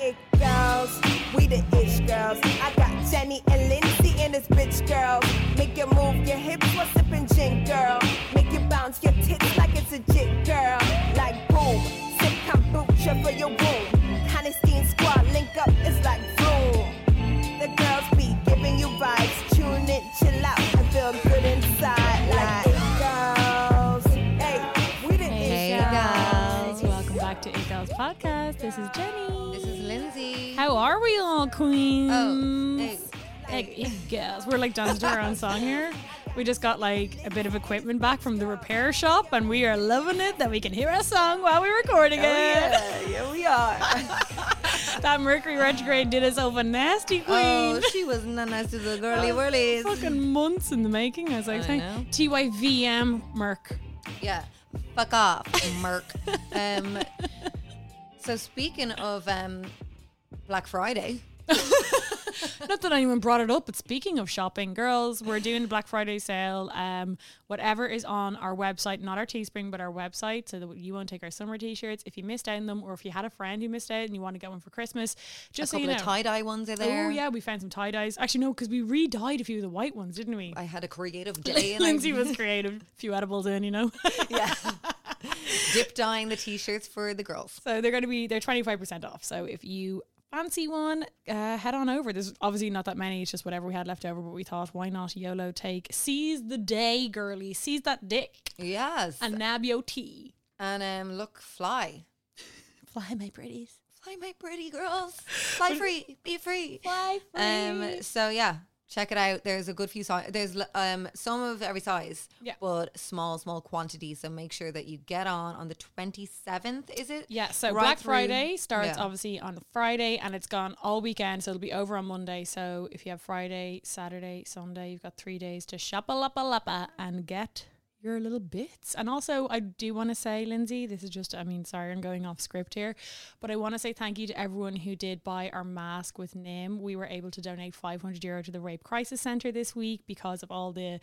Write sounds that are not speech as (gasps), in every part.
it girls. We the ish girls. I got Jenny and Lindsay and this bitch girl. Make you move your hips while sipping gin, girl. Make you bounce your tits like it's a jig, girl. Like boom, sip kombucha for your boom. Honeystine squad link up, it's like boom. The girls be giving you vibes. Tune in, chill out, and feel good inside. Like it girls. Hey, we the Hey, ish guys. Welcome back to Eight Girls Podcast. This is Jenny. This is Lindsay. How are we all, queens? Oh, hey, Like, eight girls. We're like dancing to our own song here. We just got like a bit of equipment back from the repair shop, and we are loving it that we can hear our song while we're Oh, recording it. Yeah, yeah, we are. (laughs) That Mercury retrograde did us over nasty, queen. Oh, Oh, she was nanas to the girly whirlies. Fucking months in the making, as I was saying. know. TYVM Merc. Yeah. Fuck off, Merc. um, so speaking of um, Black Friday, Not that anyone brought it up, but speaking of shopping, girls, we're doing a Black Friday sale. Um, whatever is on our website, not our Teespring, but our website, so that you won't take our summer T-shirts. If you missed out on them, or if you had a friend who missed out and you want to get one for Christmas, just a so you couple know. of tie dye ones are there. Oh yeah, we found some tie dyes. Actually, no, because we re-dyed a few of the white ones, didn't we? I had (laughs) a creative day and Lindsay I (laughs) was creative. A few edibles in, you know. dip dyeing the t-shirts for the girls. So they're going to be they're twenty five percent off. So if you fancy one, uh, head on over. There's obviously not that many. It's just whatever we had left over. But we thought, why not YOLO? Take seize the day, girly. Seize that dick Yes. and nab your tea. And um, look, fly. Fly, my pretties. Fly, my pretty girls. (laughs) Fly free. Be free. Fly free. Um, so yeah, check it out. There's a good few size. There's l- um some of every size, Yeah. but small, small quantities. So make sure that you get on on the 27th. Is it? Yeah, so Right Black through- Friday starts yeah. obviously on Friday and it's gone all weekend, so it'll be over on Monday. So if you have Friday, Saturday, Sunday, you've got three days to shop a lappa lappa and get your little bits. And also, I do want to say, Lindsay, this is just, I mean, sorry, I'm going off script here, but I want to say thank you to everyone who did buy our mask with NIM. We were able to donate 500 euro to the Rape Crisis Centre this week because of all the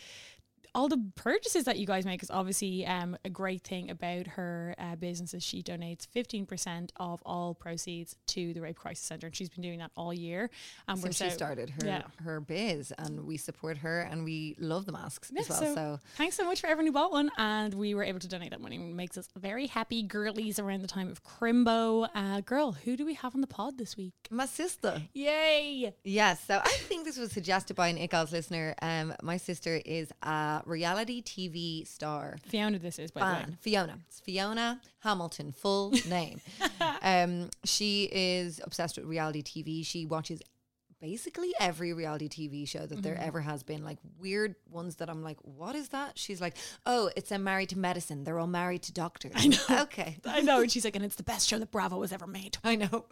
all the purchases that you guys make is obviously um, a great thing about her uh, business is she donates 15% of all proceeds to the rape crisis center and she's been doing that all year and Since she started her yeah. her biz, and we support her, and we love the masks Yeah, as well. So, thanks so much for everyone who bought one, and we were able to donate that money. It makes us very happy, girlies. Around the time of Crimbo, uh, girl, who do we have on the pod this week? my sister. Yay! Yes, so I think this was suggested by an It Girls listener. Um, my sister is a reality TV star. Fiona, this is by the way. fan, Fiona. It's Fiona Hamilton, (laughs) full name. um, she is obsessed with reality TV. She watches basically every reality TV show that there ever has been, like weird ones that I'm like, what is that? She's like, oh, it's a married to medicine. They're all married to doctors. I know. Okay. I know, and she's like, and it's the best show that Bravo has ever made. (laughs) I know.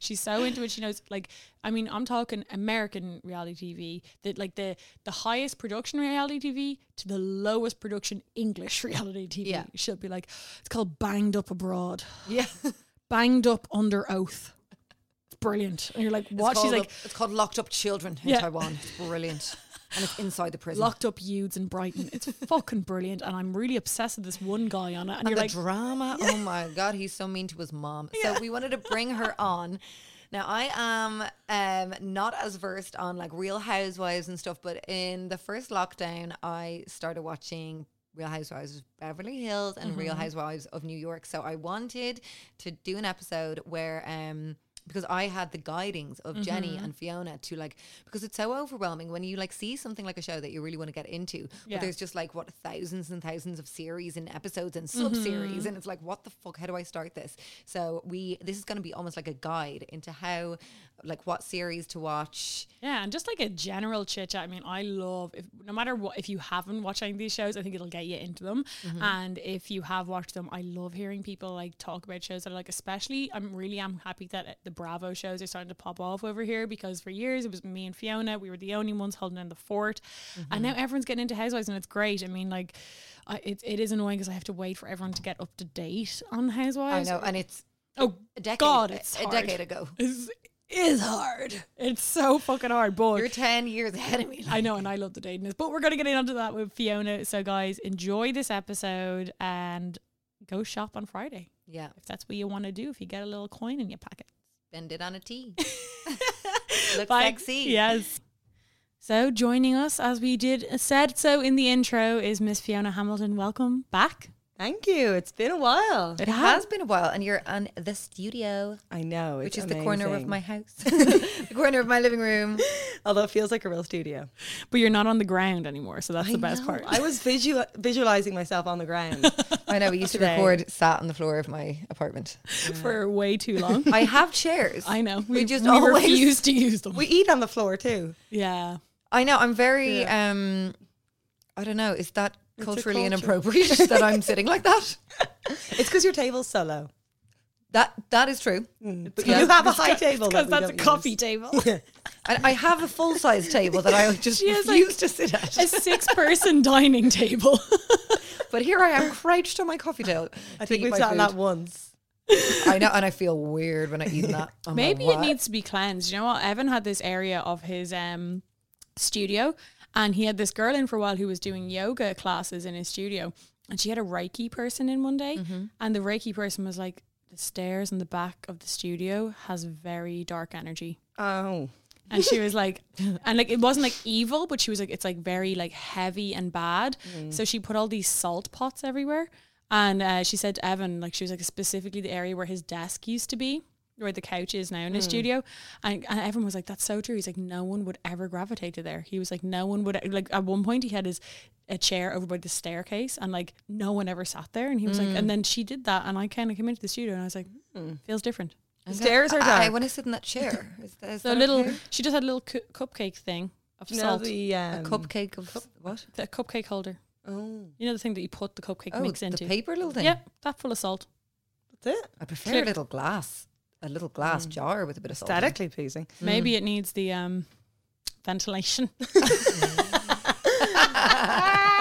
She's so into it. She knows, like, I mean, I'm talking American reality TV, that like the the highest production reality TV to the lowest production English (laughs) reality TV. Yeah. She'll be like, it's called Banged Up Abroad, (laughs) Yeah. Banged Up Under Oath. It's brilliant. And you're like, what? It's She's called like, up- it's called Locked Up Children in Yeah. Taiwan. It's brilliant. And it's inside the prison. locked up youths in Brighton. It's fucking brilliant. And I'm really obsessed with this one guy on it. And, and you're the like, drama. Oh my god, he's so mean to his mom. So we wanted to bring her (laughs) on. Now I am um, not as versed on like Real Housewives and stuff, but in the first lockdown, I started watching Real Housewives of Beverly Hills and Real Mm-hmm. Housewives of New York. So I wanted to do an episode where. Um, because I had the guidings of Jenny Mm-hmm. and Fiona to like because it's so overwhelming when you like see something like a show that you really want to get into, Yeah. but there's just like what thousands and thousands of series and episodes and sub series, and it's like what the fuck? How do I start this? So we this is going to be almost like a guide into how like what series to watch. Yeah, and just like a general chit chat. I mean, I love if no matter what if you haven't watched any of these shows, I think it'll get you into them. Mm-hmm. And if you have watched them, I love hearing people like talk about shows that are like especially I'm really am happy that uh, the Bravo shows are starting to pop off over here because for years it was me and Fiona, we were the only ones holding down the fort. Mm-hmm. And now everyone's getting into Housewives and it's great. I mean, like I, it, it is annoying because I have to wait for everyone to get up to date on I Housewives. know, and it's Oh a decade, God, a- it's a hard. decade ago. It's, is hard. It's so fucking hard, but You're ten years ahead of me. (laughs) I know, and I love the datiness. But we're going to get into that with Fiona. So, guys, enjoy this episode and go shop on Friday yeah, if that's what you want to do. If you get a little coin in your pocket, spend it on a (laughs) tee. Look Bye. sexy. Yes. So, joining us as we did said so in the intro is Miss Fiona Hamilton. Welcome back. Thank you. It's been a while. It has been a while, and you're on the studio, I know, which it's is the corner of amazing. my house, (laughs) the corner of my living room. Although it feels like a real studio. But you're not on the ground anymore, so that's the best part. I was visual- (laughs) visualizing myself on the ground. I know we used to Today. record sat on the floor of my apartment. (laughs) for way too (laughs) long. I have chairs. I know. We, just we always. refuse to use them. we eat on the floor too. yeah. I know. I'm very. um I don't know. Is that culturally culture. inappropriate (laughs) that I'm sitting like that? It's because your table's so low. That that is true. But you do have a high table. Because that we that's a don't coffee use. table. (laughs) I, I have a full size table that I just She has, refuse like, to sit (laughs) at. a six person dining table. (laughs) But here I am crouched on my coffee table. I think eat we've my done that food. once. I know, and I feel weird when I eat that. I'm like, Maybe it "What?" needs to be cleansed. You know what? Evan had this area of his um, studio, and he had this girl in for a while who was doing yoga classes in his studio. And she had a Reiki person in one day, Mm-hmm. and the Reiki person was like, the stairs in the back of the studio has very dark energy. Oh. and she was like and like it wasn't like evil but she was like it's like very like heavy and bad so she put all these salt pots everywhere and uh, she said to evan like she was like specifically the area where his desk used to be where the couch is now in his studio and, and evan was like that's so true he's like no one would ever gravitate to there he was like no one would e-" like at one point he had his a chair over by the staircase and like no one ever sat there and he was like and then she did that and i kind of came into the studio and i was like feels different I'm gonna- Stairs are I, I dark. want to sit in that chair. Is that, is so a that little, okay? she just had a little cu- cupcake thing of No, salt, the, um, cupcake of what? the cupcake holder. Oh, You know the thing that you put the cupcake Oh, mix the into. paper little thing. Yep, that full of salt. that's it. I prefer Clear- a little glass, a little glass jar with a bit of salt. in it. Aesthetically pleasing. Maybe it needs the um, ventilation. (laughs) (laughs)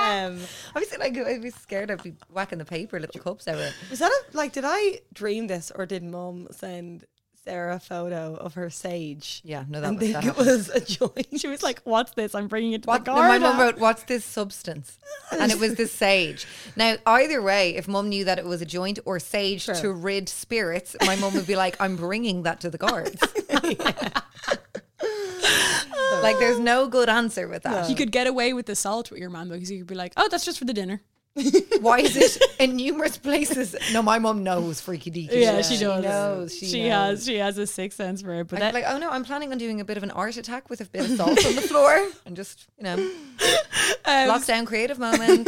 Um, I was like, I'd be scared. I'd be whacking the paper little cups everywhere. was that a, like, did I dream this or did mum send Sarah a photo of her sage? Yeah, no, that And was think that. it happened. was a (laughs) joint. she was like, "What's this? I'm bringing it to What, the no, my garden." mum wrote, "What's this substance?" And it was the sage. Now, either way, if mum knew that it was a joint or sage to rid spirits, my mum would be like, "I'm bringing that to (laughs) the guards." like, there's no good answer with that. you could get away with the salt with your mum because you could be like, "Oh, that's just for the dinner." Why is it in numerous places? No, my mum knows freaky deaky. Yeah, shit. she does. knows. She, She knows. has. She has a sixth sense for it. But that, I'd be like, oh no, I'm planning on doing a bit of an art attack with a bit of salt on the (laughs) floor and just, you know, Um, lockdown creative (laughs) moment.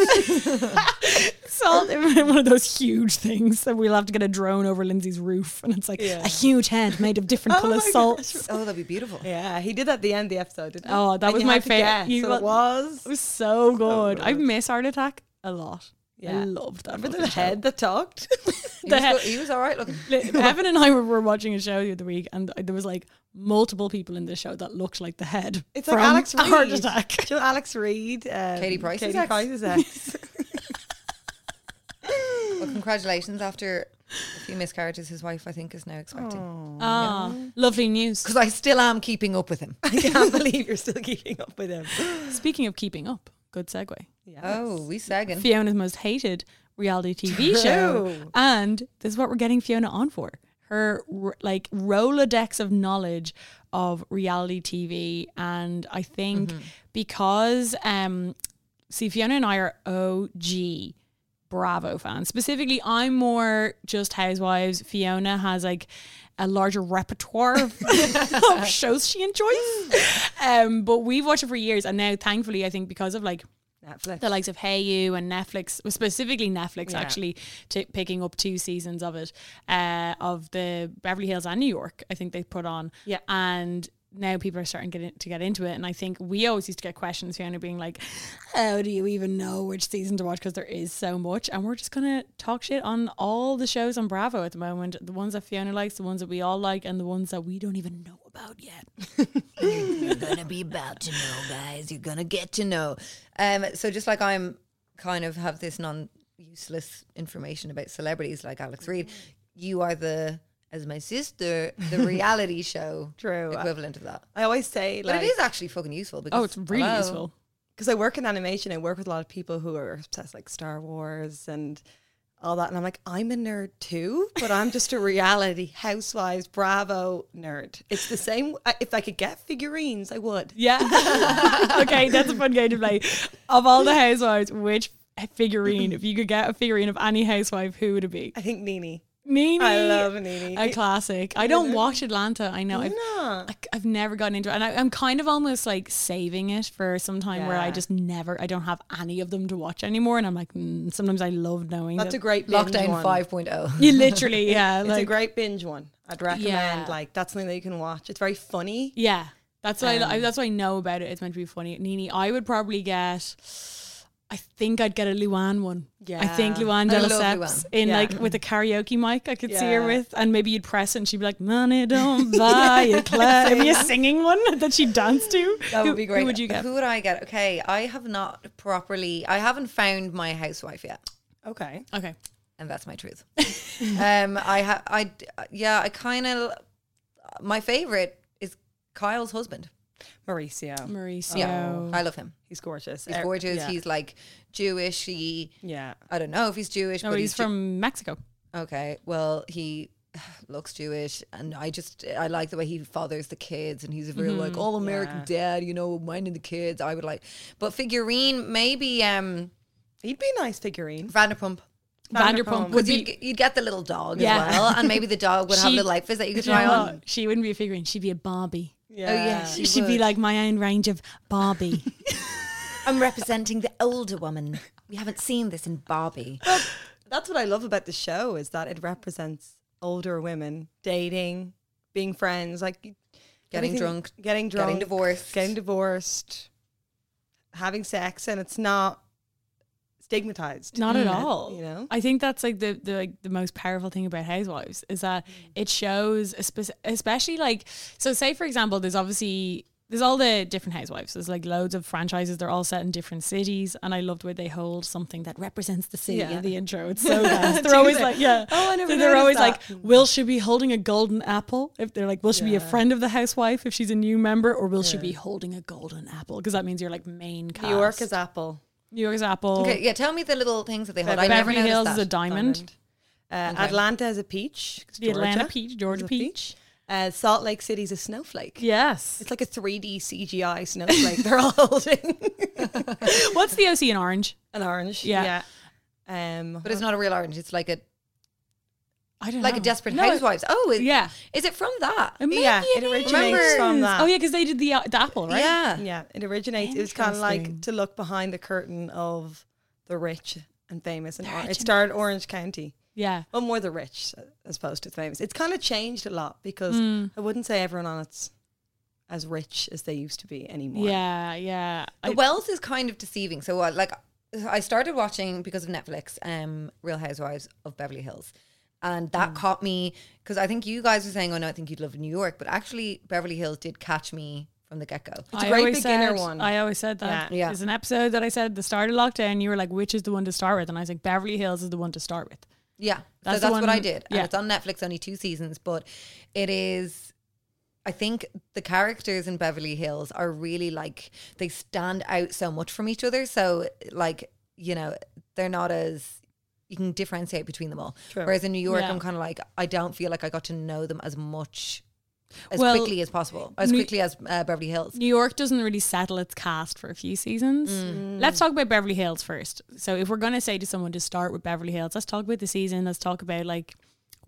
salt (laughs) in one of those huge things that we'll have to get a drone over Lindsay's roof, and it's like a huge head made of different Oh color my salts. gosh. oh, that'd be beautiful. Yeah, he did that at the end of the episode, didn't he? Oh, that And was you my had to fa- guess, you so got- it was. It was so good. I miss Heart Attack a lot. I Yeah. loved that. Remember the fucking show. head that talked? He, The was, head- go- he was all right looking. (laughs) Li- Evan and I were, were watching a show the other week, and there was like multiple people in the show that looked like the head. It's like from Alex (laughs) Reed. Heart Attack. Do you know Alex Reed? Um, Katie Price's Katie ex. Price's ex. Well, congratulations after a few miscarriages, his wife, I think, is now expecting. Ah, lovely news. Because I still am keeping up with him. (laughs) I can't believe you're still keeping up with him. Speaking of keeping up, good segue. Oh, we sagging. Fiona's most hated reality TV show, True. and this is what we're getting Fiona on for her r- like rolodex of knowledge of reality TV, and I think because um, see Fiona and I are OG Bravo fans. Specifically, I'm more just Housewives. Fiona has like a larger repertoire of, of shows she enjoys. Um, but we've watched it for years, and now thankfully, I think because of like Netflix. the likes of Hey You and Netflix, well, specifically Netflix, Yeah. actually t- picking up two seasons of it uh, of the Beverly Hills and New York. I think they put on, Yeah. and. Now people are starting to get, in- to get into it, and I think we always used to get questions, Fiona, being like, "How do you even know which season to watch?" Because there is so much, and we're just gonna talk shit on all the shows on Bravo at the moment, the ones that Fiona likes, the ones that we all like, and the ones that we don't even know about yet. you're gonna be about to know, guys. You're gonna get to know. Um, so just like I'm kind of have this non useless information about celebrities like Alex Mm. Reed, you are the as my sister, (laughs) the reality show True. equivalent of that. I always say, But like, it is actually fucking useful because Oh, (laughs) it's really hello. useful. because I work in animation, I work with a lot of people who are obsessed like Star Wars and all that. And I'm like, I'm a nerd too, but I'm just a reality (laughs) housewives Bravo nerd. It's the same. I- If I could get figurines, I would. Yeah. (laughs) okay, that's a fun game to play. Of all the housewives, which figurine, if you could get a figurine of any housewife, who would it be? I think Nini. Nene. I love Nini. A classic. I don't watch Atlanta. I know. I've, No. I, have never gotten into it. And I, I'm kind of almost like saving it for some time where I Yeah. just never, I don't have any of them to watch anymore. And I'm like, mm, sometimes I love knowing That's a them. great binge Lockdown oh. one. 5.0. You (laughs) literally, yeah. (laughs) It's like, a great binge one. I'd recommend. Yeah. Like that's something that you can watch. It's very funny. Yeah, that's what Um, I, that's what I know about it. It's meant to be funny. Nini, I would probably get. I think I'd get a Luan one. I think Yeah. Luan I de love Lesseps Luann. in Yeah. like with a karaoke mic. I could see her Yeah. with, and maybe you'd press it, and she'd be like, "Money don't (laughs) buy a club." (laughs) It'd be a singing one (laughs) that she'd dance to. (laughs) That Who- would be great. Who would you get? Who would I get? Okay, I have not properly. I haven't found my housewife yet. Okay. Okay, and that's my truth. (laughs) um, I ha- I d- yeah, I kind of my favorite is Kyle's husband. Mauricio. Mauricio. Yeah, Oh. I love him. He's gorgeous. He's Er- gorgeous. Yeah. He's like Jewish. He yeah. I don't know if he's Jewish, No, but he's he's, Ju- from Mexico. okay. Well, he (sighs) looks Jewish, and I just I like the way he fathers the kids, and he's a real Mm-hmm. like all American dad. You know, minding the kids. I would like, but figurine maybe um He'd be a nice figurine. Vanderpump. Vanderpump Vanderpump. would Because you'd, be. g- you'd get the little dog Yeah. as well, and maybe the dog would have She- little outfits that you could Do you know try on. what? She wouldn't be a figurine. She'd be a Barbie. Yeah. Oh, yeah, she- She would be would. like my own range of Barbie. I'm representing the older woman. We haven't seen this in Barbie. that's what I love about the show is that it represents older women dating, being friends, like getting Getting drunk, getting drunk, divorced. getting divorced, having sex, and it's not stigmatized. Mm. Not at all. you know? I think that's like the the like, the most powerful thing about Housewives is that Mm. it shows, a spec- especially like so. Say for example, there's obviously there's all the different housewives. There's like loads of franchises. They're all set in different cities, and I loved where they hold something that represents the city Yeah. in the intro. It's (laughs) so nice. They're always they? like, yeah. (laughs) Oh, I never So They're noticed always that. like, will she be holding a golden apple? If they're like, will she be a friend of the housewife if she's a new member, or will she be holding a golden apple? Because that means you're like main cast. New York is Apple, New York is apple. (laughs) Okay, yeah, tell me the little things that they hold. I never Beverly noticed Hills that. is a diamond. Uh, Atlanta is a peach. 'cause The Atlanta Georgia peach, Georgia is a peach. Uh, Salt Lake City is a snowflake. Yes. It's like a 3D CGI snowflake. They're all (laughs) holding What's the OC in orange? an orange. Yeah. Yeah. Um, but it's not a real orange. It's like a I don't like know. a Desperate No, Housewives. Oh, it, yeah. Is it from that? it- maybe Yeah, it it originates is. from that. Oh yeah, because they did the, uh, the apple, right? Yeah. Yeah, it originates. It was kind of like Interesting. to look behind the curtain of the rich and famous. And or- it started Orange County. Yeah. Well, more the rich as opposed to the famous. It's kind of changed a lot because I wouldn't say everyone on it's as rich as they used to be anymore. Yeah. Yeah. The I- Wells is kind of deceiving. So, uh, like, I started watching because of Netflix, um, Real Housewives of Beverly Hills, and Mm. that caught me because I think you guys were saying, "Oh no, I think you'd love New York," but actually, Beverly Hills did catch me from the get go. It's a I great always beginner said- one. I always said that. Yeah. Yeah. Yeah. There's an episode that I said at the start of lockdown, you were like, which is the one to start with? And I was like, Beverly Hills is the one to start with. Yeah. That's the so that's one- what I did. yeah. And it's on Netflix, only two seasons, but it is I think the characters in Beverly Hills are really like they stand out so much from each other. So like, you know, they're not as you can differentiate between them all. Whereas in New York, Yeah. I'm kind of like I don't feel like I got to know them as much as Well, quickly as possible, as New- quickly as uh, Beverly Hills. New York doesn't really settle its cast for a few seasons. Mm. Let's talk about Beverly Hills first. So if we're gonna say to someone to start with Beverly Hills, let's talk about the season. Let's talk about like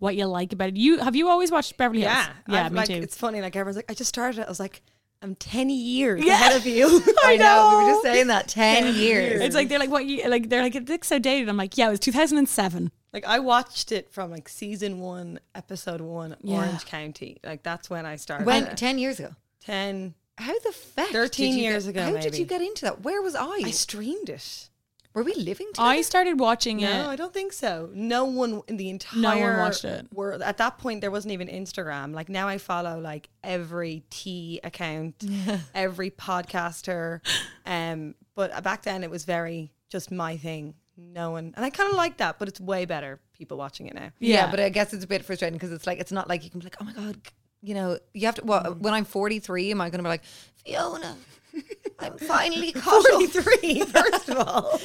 what you like about it. You have you always watched Beverly Hills? yeah, yeah, I've, me like, too. It's funny. Like everyone's like, I just started it. I was like, I'm 10 years ahead of you. (laughs) I know. We were just (laughs) saying that 10 years. It's like they're like what you like they're like it looks so dated. I'm like, yeah, it was 2007. Like I watched it from like season one, episode one, Orange County. Like that's when I started. when it. 10 years ago. 10, How the fuck? 13 did you years get, ago, How did you maybe. get into that? Where was I? I streamed it. Were we living (laughs) together? I started watching No, I it. don't think so. No one in the entire one watched it. World at that point, there wasn't even Instagram. Like now, I follow like every tea account, every podcaster. Um, but back then it was very just my thing. No one, and I kind of like that, but it's way better people watching it now. Yeah, but I guess it's a bit frustrating because it's like it's not like you can be like, oh my god, you know, you have to. Well, when I'm 43, am I going to be like Fiona? I'm finally caught up. Forty-three, (laughs) first of all.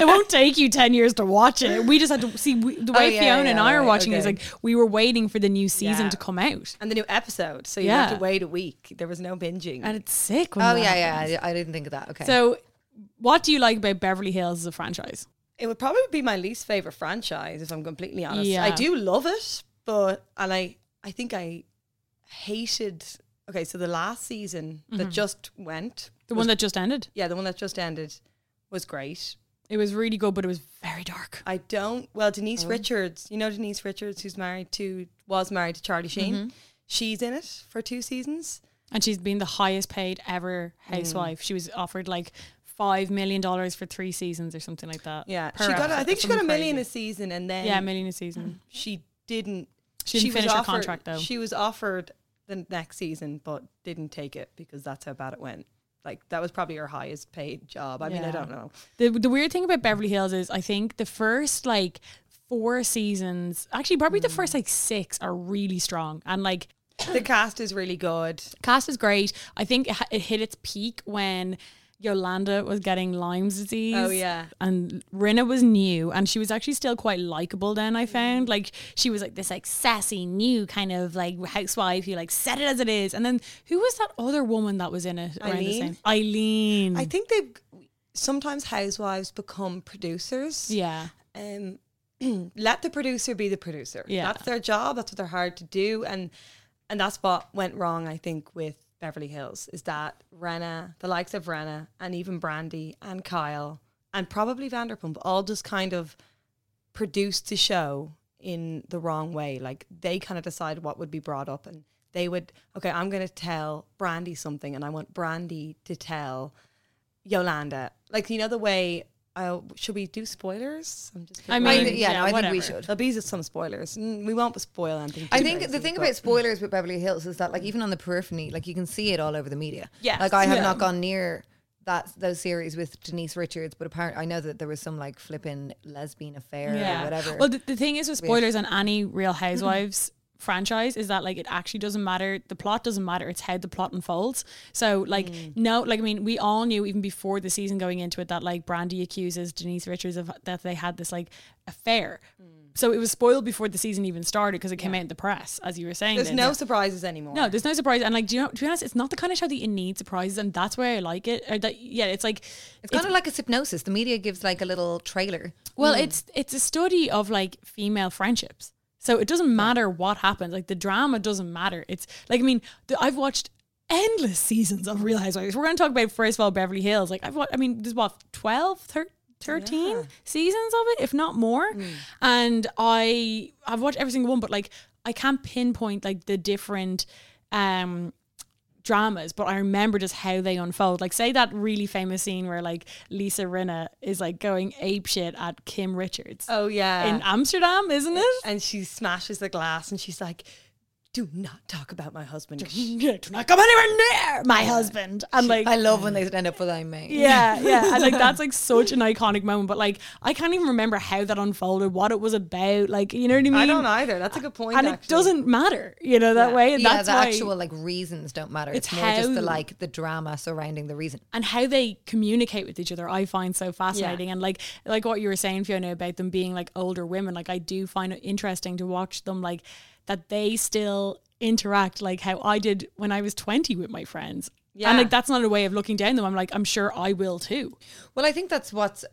it won't take you 10 years to watch it. We just had to see we, the way yeah, Fiona yeah, and I are right, watching it is okay. like we were waiting for the new season Yeah. to come out. and the new episode. So you have Yeah. to wait a week. There was no binging. And it's sick. When Oh that yeah, happens. yeah. I, I didn't think of that. Okay. So, what do you like about Beverly Hills as a franchise? it would probably be my least favorite franchise, if I'm completely honest. Yeah. I do love it, but and I I think I hated. Okay, so the last season that just went, Mm-hmm. The one that just ended. yeah, the one that just ended, was great. It was really good, but it was very dark. I don't. Well, Oh. Denise Richards, you know Denise Richards, who's married to was married to Charlie Sheen. Mm-hmm. She's in it for two seasons. And she's been the highest paid ever housewife. She was offered like five million dollars for three seasons or something like that. Yeah, per she got. episode, I think she got something a million crazy. a season, and then yeah, a million a season. she didn't. She didn't was finish her offered- contract, though. She was offered the next season, but didn't take it because that's how bad it went. Like that was probably her highest paid job. I mean, I Yeah. don't know. The the weird thing about Beverly Hills is I think the first like four seasons, actually probably the Mm. first like six are really strong and like The (clears throat) cast is really good. cast is great. I think it, ha- it hit its peak when Yolanda was getting Lyme's disease. Oh, yeah. and Rinna was new, and she was actually still quite likable. Then I Mm. found like she was like this like sassy new kind of like housewife who like said it as it is. And then who was that other woman that was in it? around the Eileen? same- Eileen. I think they've sometimes housewives become producers. yeah. um, (clears throat) let the producer be the producer. Yeah. that's their job. That's what they're hired to do, and and that's what went wrong, I think, with Beverly Hills is that Renna, the likes of Renna, and even Brandy and Kyle, and probably Vanderpump, all just kind of produced the show in the wrong way. Like they kind of decide what would be brought up, and they would okay, I'm going to tell Brandy something, and I want Brandy to tell Yolanda. Like you know the way. Uh, should we do spoilers? I'm just I I, mean, th- yeah, no, I think we whatever. should. There'll be some spoilers. Mm, We won't spoil anything. I too think crazy, the thing but- about spoilers with Beverly Hills is that like even on the periphery, like you can see it all over the media. Yes. Like I have Yeah. not gone near that those series with Denise Richards, but apparently I know that there was some like flipping lesbian affair or whatever. Mm-hmm. Well, the, the thing is with spoilers on any Real Housewives franchise is that like it actually doesn't matter. The plot doesn't matter. It's how the plot unfolds. So like Mm. no, like I mean, we all knew even before the season going into it that like Brandy accuses Denise Richards of that they had this like affair. Mm. So it was spoiled before the season even started because it came out in the press, as you were saying. there's then. no Yeah. surprises anymore. No, there's no surprise. And like, do you know, to be honest, it's not the kind of show that you need surprises, and that's why I like it. Or that, yeah, it's like it's kind of like a hypnosis. The media gives like a little trailer. Well, it's it's a study of like female friendships. So it doesn't matter what happens. Like the drama doesn't matter. It's like I mean, the, I've watched endless (laughs) seasons of Real Housewives. We're going to talk about first of all Beverly Hills. Like I've watched. I mean, there's what 12, thir- 13 seasons of it, if not more. And I I've watched every single one, but like I can't pinpoint like the different um dramas, but I remember just how they unfold. Like, say that really famous scene where like Lisa Rinna is like going ape shit at Kim Richards Oh yeah. in Amsterdam, isn't it? and she smashes the glass, and she's like, "Do not talk about (laughs) my husband." Yeah, do not come anywhere near my husband. And like, I love when they stand up for thy mate. yeah, yeah, and like that's like such an iconic moment. But like, I can't even remember how that unfolded, what it was about. Like, you know what I mean? I don't either. That's a good point. And actually. it doesn't matter, you know, that way. And yeah, that's the why, actual like reasons don't matter. It's, It's more just the how- like the drama surrounding the reason. and how they communicate with each other i find so fascinating and like like what you were saying fiona about them being like older women like i do find it interesting to watch them like that they still interact like how i did when i was 20 with my friends yeah. Yeah. and like that's not a way of looking down them i'm like i'm sure i will too Well, I think that's what's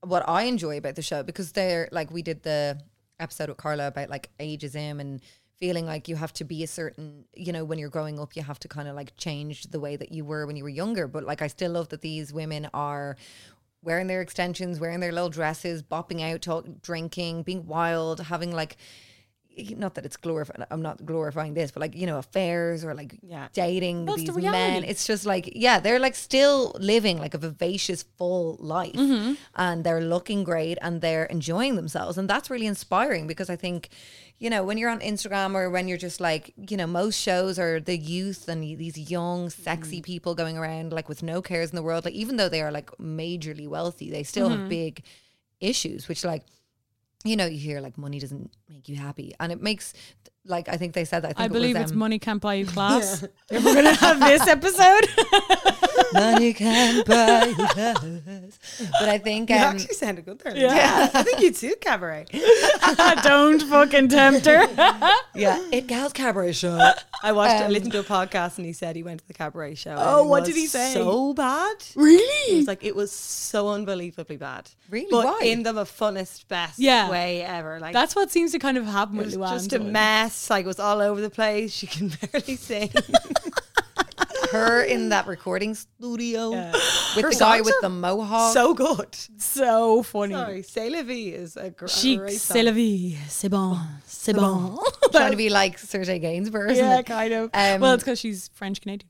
what I enjoy about the show because they're like we did the episode with Carla about like ageism and feeling like you have to be a certain, you know, when you're growing up, you have to kind of like change the way that you were when you were younger. But like, I still love that these women are wearing their extensions, wearing their little dresses, bopping out, talk, drinking, being wild, having like, not that it's glorifying, I'm not glorifying this, but like, you know, affairs or like Yeah. dating That's these the men. reality. It's just like, yeah, they're like still living like a vivacious, full life Mm-hmm. and they're looking great and they're enjoying themselves. And that's really inspiring because I think, you know, when you're on Instagram or when you're just like, you know, most shows are the youth and these young, sexy Mm-hmm. people going around like with no cares in the world. Like, even though they are like majorly wealthy, they still have Mm-hmm. big issues, which like, you know, you hear like money doesn't make you happy, and it makes like I think they said that. I, think I it believe was, it's um, money can't buy you class. (laughs) If we're gonna have this episode, money can buy you happiness. But I think You um, actually sounded good there. Yeah. I think you do cabaret. don't fucking tempt her. yeah, it gals cabaret show. I watched, I listened to a podcast, and he said he went to the cabaret show. and Oh, it what did was he say? So bad. It really? was like it was so unbelievably bad. Really? but Why? in the funnest, best Yeah. way ever. Like That's what seems to kind of happen it with was Luann. just a Doyle. mess. Like it was all over the place. She can (laughs) barely sing. Her in that recording studio Yeah. with Her the guy songs with are the mohawk. so good. So funny. Sorry, C'est la vie is a gr- Chic, great song. c'est la vie, c'est bon, c'est bon. trying to be like Sergei Gainsbourg. isn't yeah, it? kind of. Um, well, it's because she's French Canadian.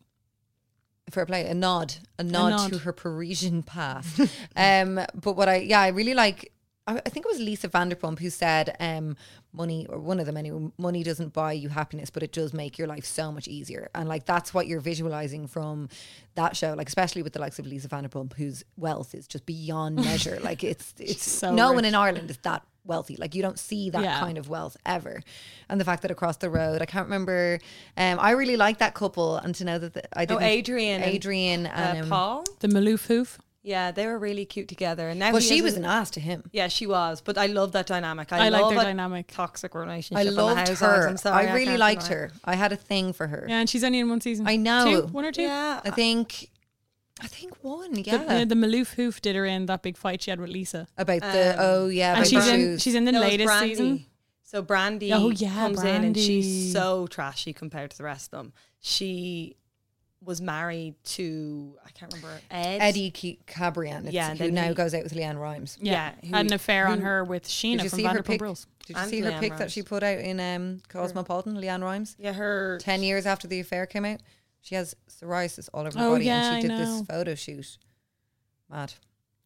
fair play a nod a nod, to nod. her parisian past (laughs) um but what i yeah i really like I, I think it was lisa vanderpump who said um money or one of them anyway money doesn't buy you happiness but it does make your life so much easier and like that's what you're visualizing from that show like especially with the likes of lisa vanderpump whose wealth is just (laughs) beyond measure like it's it's so no rich. one in ireland is that wealthy like you don't see that Yeah. kind of kind of wealth ever. And the fact that across the road, I can't remember. Um, I really like that couple, and to know that the, I did. Adrian and, Adrian, and Uh, um, Paul. The Maloof hoof. Yeah, they were really cute together. And now Well, he she has was a- an ass to him. Yeah, she was. But I love that dynamic. I, I like love their a dynamic. Toxic I relationship. on the loved Housewives. her. I'm sorry, I really can't liked deny it. her. I had a thing for her. Yeah, and she's only in one season. I know. Two? One or two? Yeah. I think, I think one. The, Yeah. yeah, the Maloof hoof did her in that big fight she had with Lisa. about the oh yeah, And about she's the in, shoes. she's in the No, it was latest Brandy. season. So Brandy Oh, yeah, comes in and Brandy. she's so trashy compared to the rest of them. She was married to I can't remember Ed. Eddie Ke- Cabrian, it's- Yeah, and who then now he- goes out with Leanne Rhymes. Yeah, Yeah, who- had an affair on her with Did Sheena you from see her pic? Vanderpump Rules. Did you And see her Leanne pic that Rhymes. she put out in um, Cosmopolitan? Leanne Rhymes. Yeah, her 10 years after the affair came out, she has psoriasis all over her Oh, body yeah, I and she did know. this photo shoot. Mad.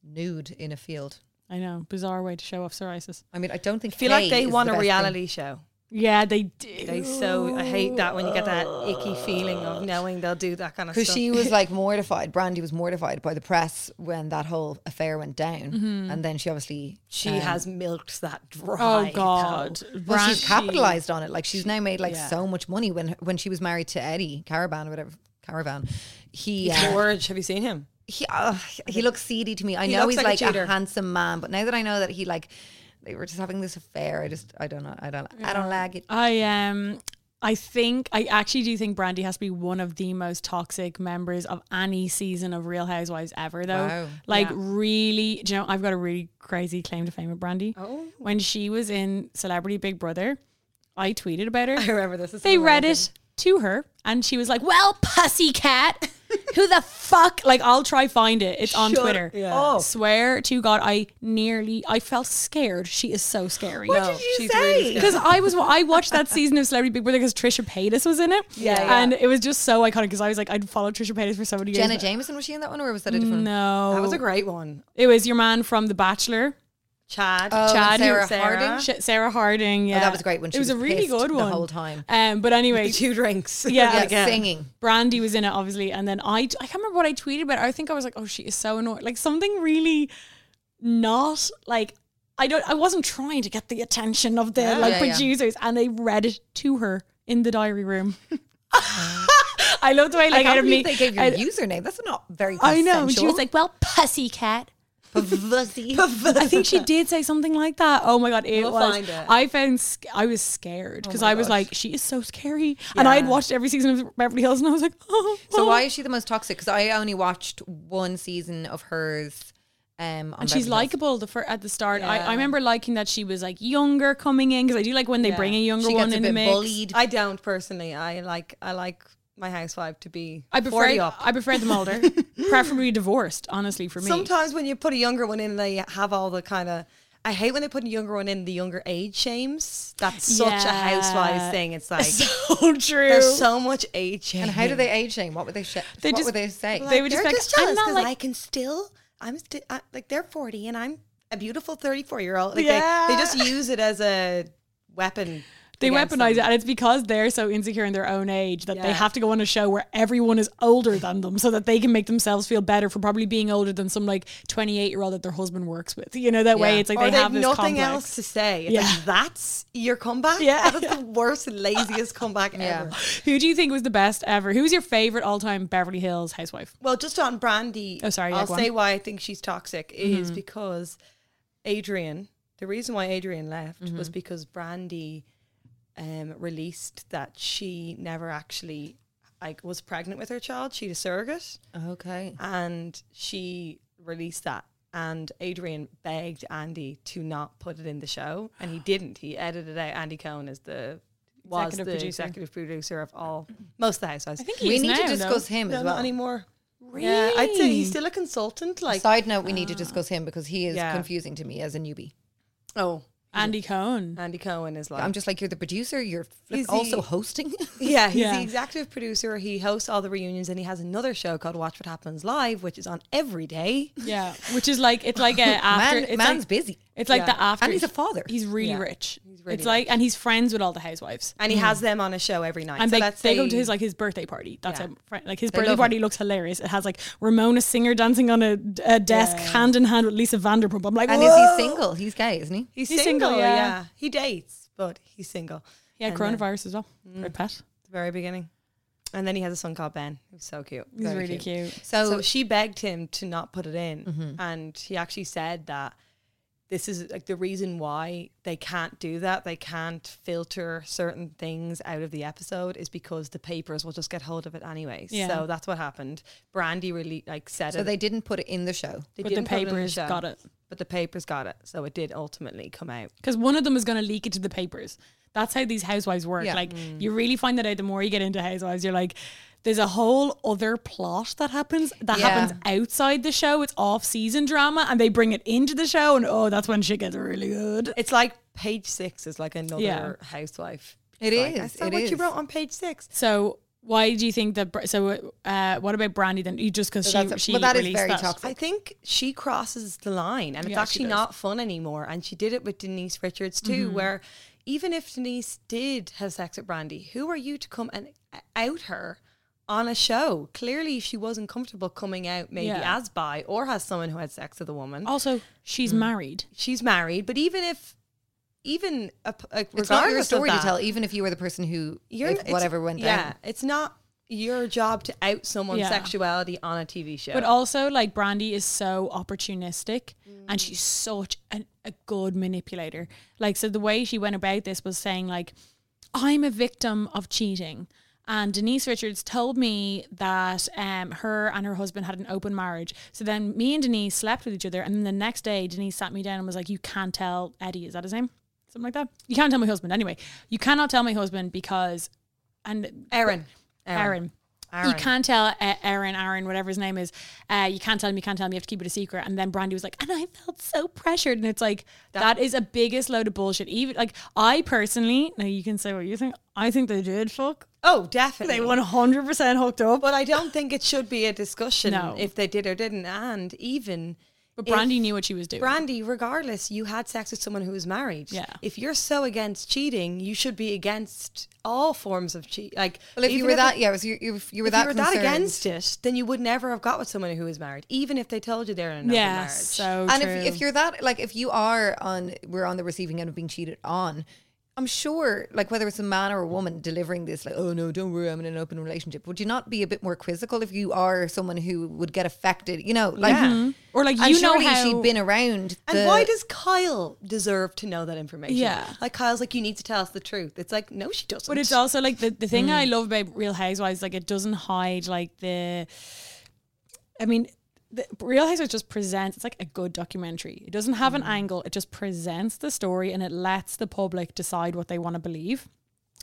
Nude in a field. I know, bizarre way to show off psoriasis. I mean, I don't think I feel hay like they is the want a best thing. reality show. Yeah, they do. They so I hate that when you get that icky feeling of knowing they'll do that kind of stuff. Because she was (laughs) like mortified. Brandy was mortified by the press when that whole affair went down. Mm-hmm. And then she obviously. she um, has milked that dry. Oh though. God, Well, Brandy. she's capitalized on it. Like she's now made like yeah. so much money. When when she was married to Eddie Caravan or whatever Caravan, he uh, George, have you seen him? he uh, he looks seedy to me. I He know looks he's like a like, a, cheater. handsome man, but now that I know that he like they were just having this affair, I just I don't know. I don't I don't like it. I um I think I actually do think Brandy has to be one of the most toxic members of any season of Real Housewives ever though. Wow. Like really, do you know, I've got a really crazy claim to fame with Brandy. Oh. When she was in Celebrity Big Brother, I tweeted about her. I remember this. This is they read amazing. it to her and she was like, "Well, pussycat, who the fuck?" Like I'll try find it. It's on Shut- Twitter. yeah. Oh, swear to God, I nearly I felt scared. She is so scary. No, did you she's say? really scary. Because I was, I watched that season of Celebrity Big Brother because Trisha Paytas was in it. yeah. and it was just so iconic because I was like, I'd followed Trisha Paytas for so many years. Jenna but- Jameson was she in that one or was that a different? No, that was a great one. it was your man from The Bachelor, Chad, Oh, and Chad, who- Sarah, Sarah. Harding. Sh- Sarah Harding. Yeah, Oh, that was great when she it was, was a really pissed good the one whole time. Um, but anyway, (laughs) The two (laughs) drinks. yeah, Yeah, again. singing. Brandy was in it, obviously, and then I, I can't remember what I tweeted about. it. I think I was like, "Oh, she is so annoying." Like something really not like I don't. I wasn't trying to get the attention of the like Yeah, yeah. producers, and they read it to her in the diary room. (laughs) I love the way like I out can't of me. believe they gave your I- username. That's not very. I Consensual. know. And she was like, "Well, (laughs) pussycat." I think she did say something like that. Oh my god, it We'll was. find it. I found sc- I was scared Oh because I was like, she is so scary, and I had watched every season of Beverly Hills, and I was like, (laughs) oh. So oh. why is she the most toxic? Because I only watched one season of hers. Um, And on she's Beverly Hills. likable the fir- at the start. I, Yeah. I remember liking that she was like younger coming in because I do like when they bring a younger She one gets a in the bit mix. bullied. I don't personally. I like I like my housewife to be I prefer 40 up. I prefer them older, preferably divorced. Honestly, for me, Sometimes (laughs) when you put a younger one in, they have all the kind of. I hate when they put a younger one in the younger age shames. That's such a housewife Yeah. thing. It's like so true. there's so much age shame. And how do they age shame? What would they, sh- They what just- would they say? they would just They're be like, just "I'm jealous not because like- I can still. I'm st- I, like they're 40 and I'm a beautiful 34 year old. Like they, Yeah. they just use it as a weapon. They against weaponize it, them. and it's because they're so insecure in their own age that they Yeah. have to go on a show where everyone is older than them, so that they can make themselves feel better for probably being older than some like twenty-eight year old that their husband works with. You know that way, Yeah. it's like or they, they have have this nothing complex. else to say. It's Yeah. like, that's your comeback. Yeah. that is (laughs) the worst, laziest comeback Yeah. ever. Who do you think was the best ever? Who's your favorite all-time Beverly Hills housewife? Well, just on Brandy. Oh, sorry, yeah, I'll go on. Mm-hmm. say why I think she's toxic is because Adrian. The reason why Adrian left was Mm-hmm. because Brandy um, released that she never actually like was pregnant with her child. She had a surrogate, Okay. and she released that. And Adrian begged Andy to not put it in the show, and he didn't. He edited it out. Andy Cohen is the was Executive the producer. executive producer of all most of the housewives. I think We need to discuss him no, as well. not anymore. Really? Yeah, I'd say he's still a consultant. Like, Side note, we need to discuss him because he is Yeah. confusing to me as a newbie. oh, Andy Cohen. Andy Cohen is like, I'm just like, you're the producer, you're flip- Is he- also hosting. (laughs) (laughs) yeah, he's Yeah. the executive producer. He hosts all the reunions, and he has another show called Watch What Happens Live, which is on every day. Yeah, which is like it's like a after Man, it's man's like, busy. It's like Yeah. the after. And he's a father. He's really Yeah. rich. really it's like, and he's friends with all the housewives. And he has them on a show every night. Mm. And so they, let's they say, go to his like his birthday party. That's Yeah. how fri- like his They birthday love party looks hilarious. It has like Ramona Singer dancing on a, a desk hand in hand with Lisa Vanderpump. I'm like, and is Whoa! he single? He's gay, isn't he? he's, he's single. single, yeah. yeah. he dates, but he's single. Yeah, And then- coronavirus as well. Red Pat. at the very beginning. And then he has a son called Ben, who's so cute. He's really cute. Mm-hmm. So, so she begged him to not put it in and he actually said that this is like the reason why they can't do that they can't filter certain things out of the episode is because the papers will just get hold of it anyway Yeah. so that's what happened brandy really like said so it they didn't put it in the show. they But the didn't put it in papers show, got it. but the papers got it so it did ultimately come out Because one of them is going to leak it to the papers. That's how these housewives work. Yeah. Mm. Like you really find that out the more you get into housewives. You're like, there's a whole other plot that happens that Yeah. happens outside the show. It's off season drama, and they bring it into the show, and oh, that's when shit gets really good. it's like page six is like another Yeah. housewife It It is. is, I saw it what you is. wrote on page six So why do you think that? Br- So uh, what about Brandy then? You just because So she that's- she well, that is released very that. toxic. I think she crosses the line and it's Yeah, she actually does. Mm-hmm. not fun anymore. And she did it with Denise Richards too, where even if Denise did have sex with Brandy, who are you to come and out her on a show? Clearly, she wasn't comfortable coming out maybe Yeah. Oh. as bi or has someone who had sex with a woman. Also, Mm. she's married. She's married, but even if, even a, like, It's not your regardless of story to that, tell, even if you were the person who, you're- if it's- whatever went yeah, down. it's not your job to out someone's Yeah. sexuality on a TV show. But also, like Brandy is so opportunistic, and she's such an, a good manipulator. Like, so the way she went about this was saying, like, I'm a victim of cheating. And Denise Richards told me that um, her and her husband had an open marriage. So then me and Denise slept with each other. And then the next day, Denise sat me down and was like, You can't tell Eddie. Is that his name? Something like that. You can't tell my husband. Anyway, you cannot tell my husband because. And Aaron. Aaron. You can't tell uh, Aaron, Aaron, whatever his name is. Uh, you can't tell him. You can't tell him. You have to keep it a secret. And then Brandy was like, and I felt so pressured. And it's like that is a biggest load of bullshit. Even like I personally, now you can say what you think. I think they did fuck. Oh, definitely. They one hundred percent hooked up. But I don't think it should be a discussion No. if they did or didn't. And even But Brandy if- knew what she was doing. Brandy, regardless, you had sex with someone who was married. Yeah. If you're so against cheating, you should be against all forms of cheat. Like, Well, if you even were it- that, yeah, if you, if you were if that you were that concerned. against it, then you would never have got with someone who was married, even if they told you they're in another yeah, marriage. so and true. if, if you're that like if you are on we're on the receiving end of being cheated on i'm sure like whether it's a man or a woman delivering this like oh no don't worry i'm in an open relationship would you not be a bit more quizzical if you are someone who would get affected you know like or like and you know surely how she'd been around and the- why does Kyle deserve to know that information? Yeah. Like, Kyle's like, you need to tell us the truth. It's Mm. like, no, she doesn't. But it's also like the, the thing I love about Real Housewives, like it doesn't hide like the. I mean, the Real Housewives just presents. It's like a good documentary. It doesn't have an Mm. angle. It just presents the story and it lets the public decide what they want to believe.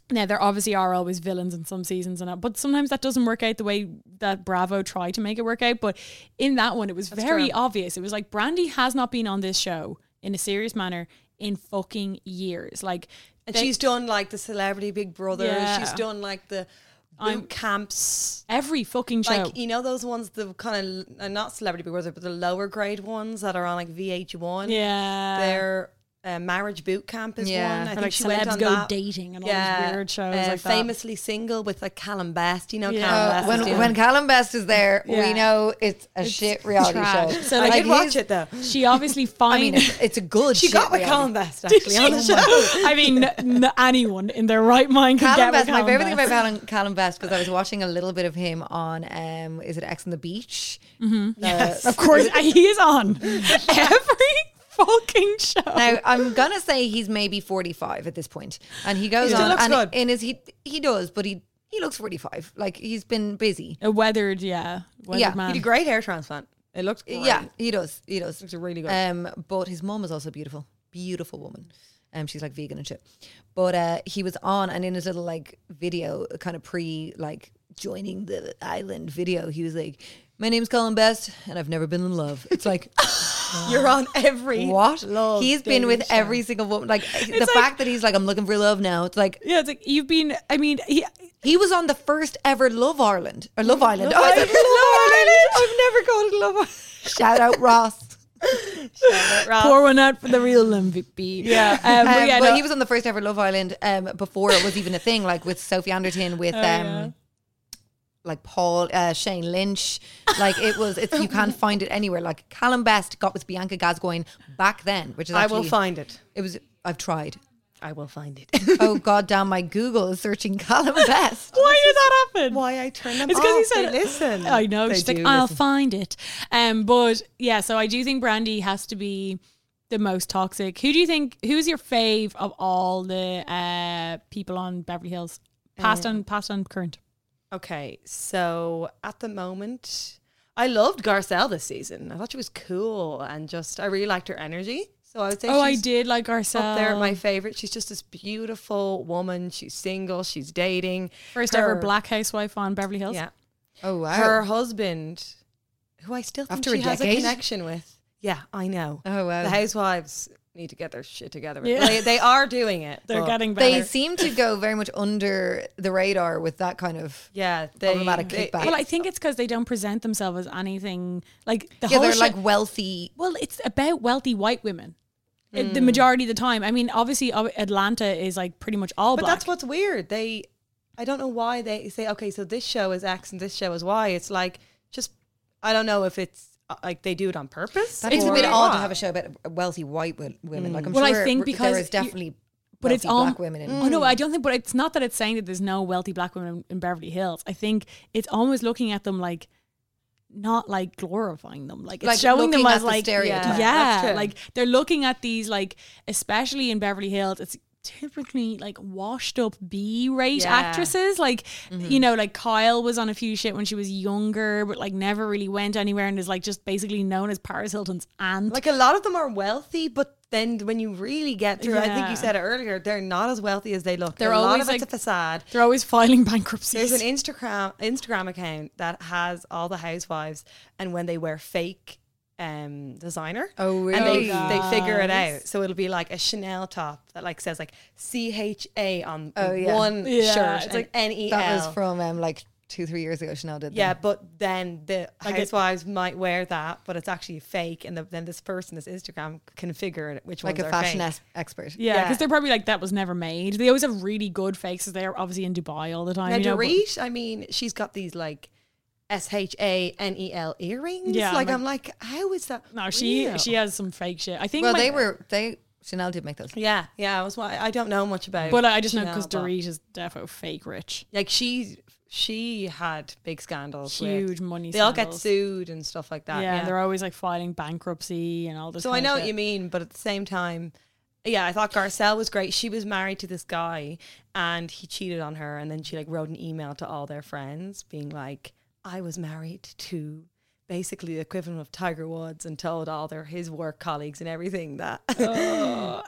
Now there obviously are always villains in some seasons and that, but sometimes that doesn't work out the way that Bravo tried to make it work out. But in that one, it was very obvious. It was like Brandy has not been on this show in a serious manner in fucking years. Like And they- she's done like the celebrity Big Brother. Yeah. She's done like the boot camps. every fucking show. Like you know those ones, the kind of uh, not celebrity Big Brother, but the lower grade ones that are on like VH1. yeah, Their uh, marriage boot camp is Yeah. one. I Or, think like she celebs went on go that. dating and all these weird shows uh, like that. famously single with like Callum Best. You know Yeah. Callum Oh, Best. is Uh, when, doing- when Callum Best is there, Yeah. we know it's a shit reality trash. show. So, I like, did watch he's- it though. She obviously finds. I mean, it's, it's a good. She shit got with reality. Callum Best actually on the show. (laughs) I mean, n- n- anyone in their right mind could Callum get Best. with My Callum favorite thing about Best. Callum, Callum Best because I was watching a little bit of him on, um, is it X on the Beach? yes, Of course, he is on every fucking show. Mm-hmm. Now I'm gonna say he's maybe 45 at this point, and he goes He still on looks and good. in his he he does, but he he looks 45. Like he's been busy. A weathered, yeah, weathered Yeah, man. He did a great hair transplant. It looked great. Yeah, he does. He does. Looks really good. Um, but his mum is also beautiful, beautiful woman. Um, she's like vegan and shit. But uh, he was on and in his little like video, kind of pre like joining the island video, he was like, "My name's Colin Best, and I've never been in love." It's like. You're on (laughs) every What? Love he's been dating with show. every single woman. Like the like- fact that he's like, I'm looking for love now. It's like yeah, it's like you've been. I mean, he, he was on the first ever Love Ireland or Love Island. Oh, (laughs) I said Island. Love Island. I've never gone to Love Island. Shout out Ross. Uh, pour one out for the real MVP. Yeah, um, Um, but yeah, but no, he was on the first ever Love Island um, before it was even a thing, like with Sophie Anderton, with um, Oh, yeah. like Paul uh, Shane Lynch. Like it was, it's, you can't find it anywhere. Like Callum Best got with Bianca Gascoigne back then, which is I actually, will find it. It was I've tried. I will find it. Oh god, damn! My Google is searching Callum Best. why did that happen? Why I turn them It's because he off. oh, They said, listen. I know. They She's like, do I'll listen. find it. Um, but yeah, so I do think Brandy has to be the most toxic. Who do you think? Who's your fave of all the uh, people on Beverly Hills? Past Uh, and past and current. okay, so at the moment, I loved Garcelle this season. I thought she was cool and just I really liked her energy. So I would say Oh, I she's did like ourselves. up there at my favorite. She's just this beautiful woman. She's single. She's dating. first Her- ever black housewife on Beverly Hills. Yeah, Oh wow. her husband, who I still think After a she has a decade? connection with. Yeah, I know. Oh, wow. The housewives need to get their shit together. Yeah. They, they are doing (laughs) it. They're but- getting better. they seem to go very much under the radar with that kind of yeah, they, Problematic they- kickback. well, I think it's because they don't present themselves as anything like the yeah whole they're show- like wealthy Well, it's about wealthy white women. Uh, The Hmm. majority of the time. I mean, obviously, ob- Atlanta is like pretty much all but black. that's what's weird. They, I don't know why they say okay, so this show is X and this show is Y. It's like just I don't know if it's uh, like they do it on purpose. that is a or bit odd to what. have a show about wealthy white wo- women like i'm Well, I sure think r- because there is you- definitely but it's wealthy all black women in Oh no, I don't think. But it's not that it's saying that there's no wealthy black women in Beverly Hills. I think it's almost looking at them like not like glorifying them, like it's Like, showing them looking as at the like yeah, stereotype. That's true. like they're looking at these like especially in Beverly Hills. It's typically like washed up B rate Yeah. actresses. Like Mm-hmm. you know, like Kyle was on a few shit when she was younger, but like never really went anywhere and is like just basically known as Paris Hilton's aunt. Like a lot of them are wealthy, but then when you really get through, I think Yeah. you said it earlier, they're not as wealthy as they look. They're a lot always, of like- it's a facade. they're always filing bankruptcies. There's an Instagram Instagram account that has all the housewives, and when they wear fake um designer Oh, and they, really? Oh, they figure it out so it'll be like a chanel top that like says like c-h-a on Oh, yeah. one Yeah, shirt it's it's like- like n-e-l that was from um, like two three years ago chanel did that. yeah but then the Like it- housewives might wear that but it's actually fake and the, then this person this instagram can figure it which like ones a are fashion fake. es- expert Yeah, because Yeah. they're probably like that was never made. They always have really good faces. They're obviously in Dubai all the time. Now, you know, but- Dorit, I mean, she's got these like S H A N E L earrings. Yeah, like like- I'm like, how is that? no, she real? she has some fake shit. I think. well my- they were they chanel did make those Yeah, yeah. I was. why- I don't know much about. but I just know Chanel, because but- Dorit is defo fake rich. like she she had big scandals, with- Huge money They all get scandals. sued and stuff like that. Yeah, Yeah. they're always like filing bankruptcy and all this. so I know what you mean, but at the same time. Yeah, I thought Garcelle was great. She was married to this guy and he cheated on her and then she like wrote an email to all their friends being like, I was married to basically the equivalent of Tiger Woods and told all their his work colleagues and everything that Oh,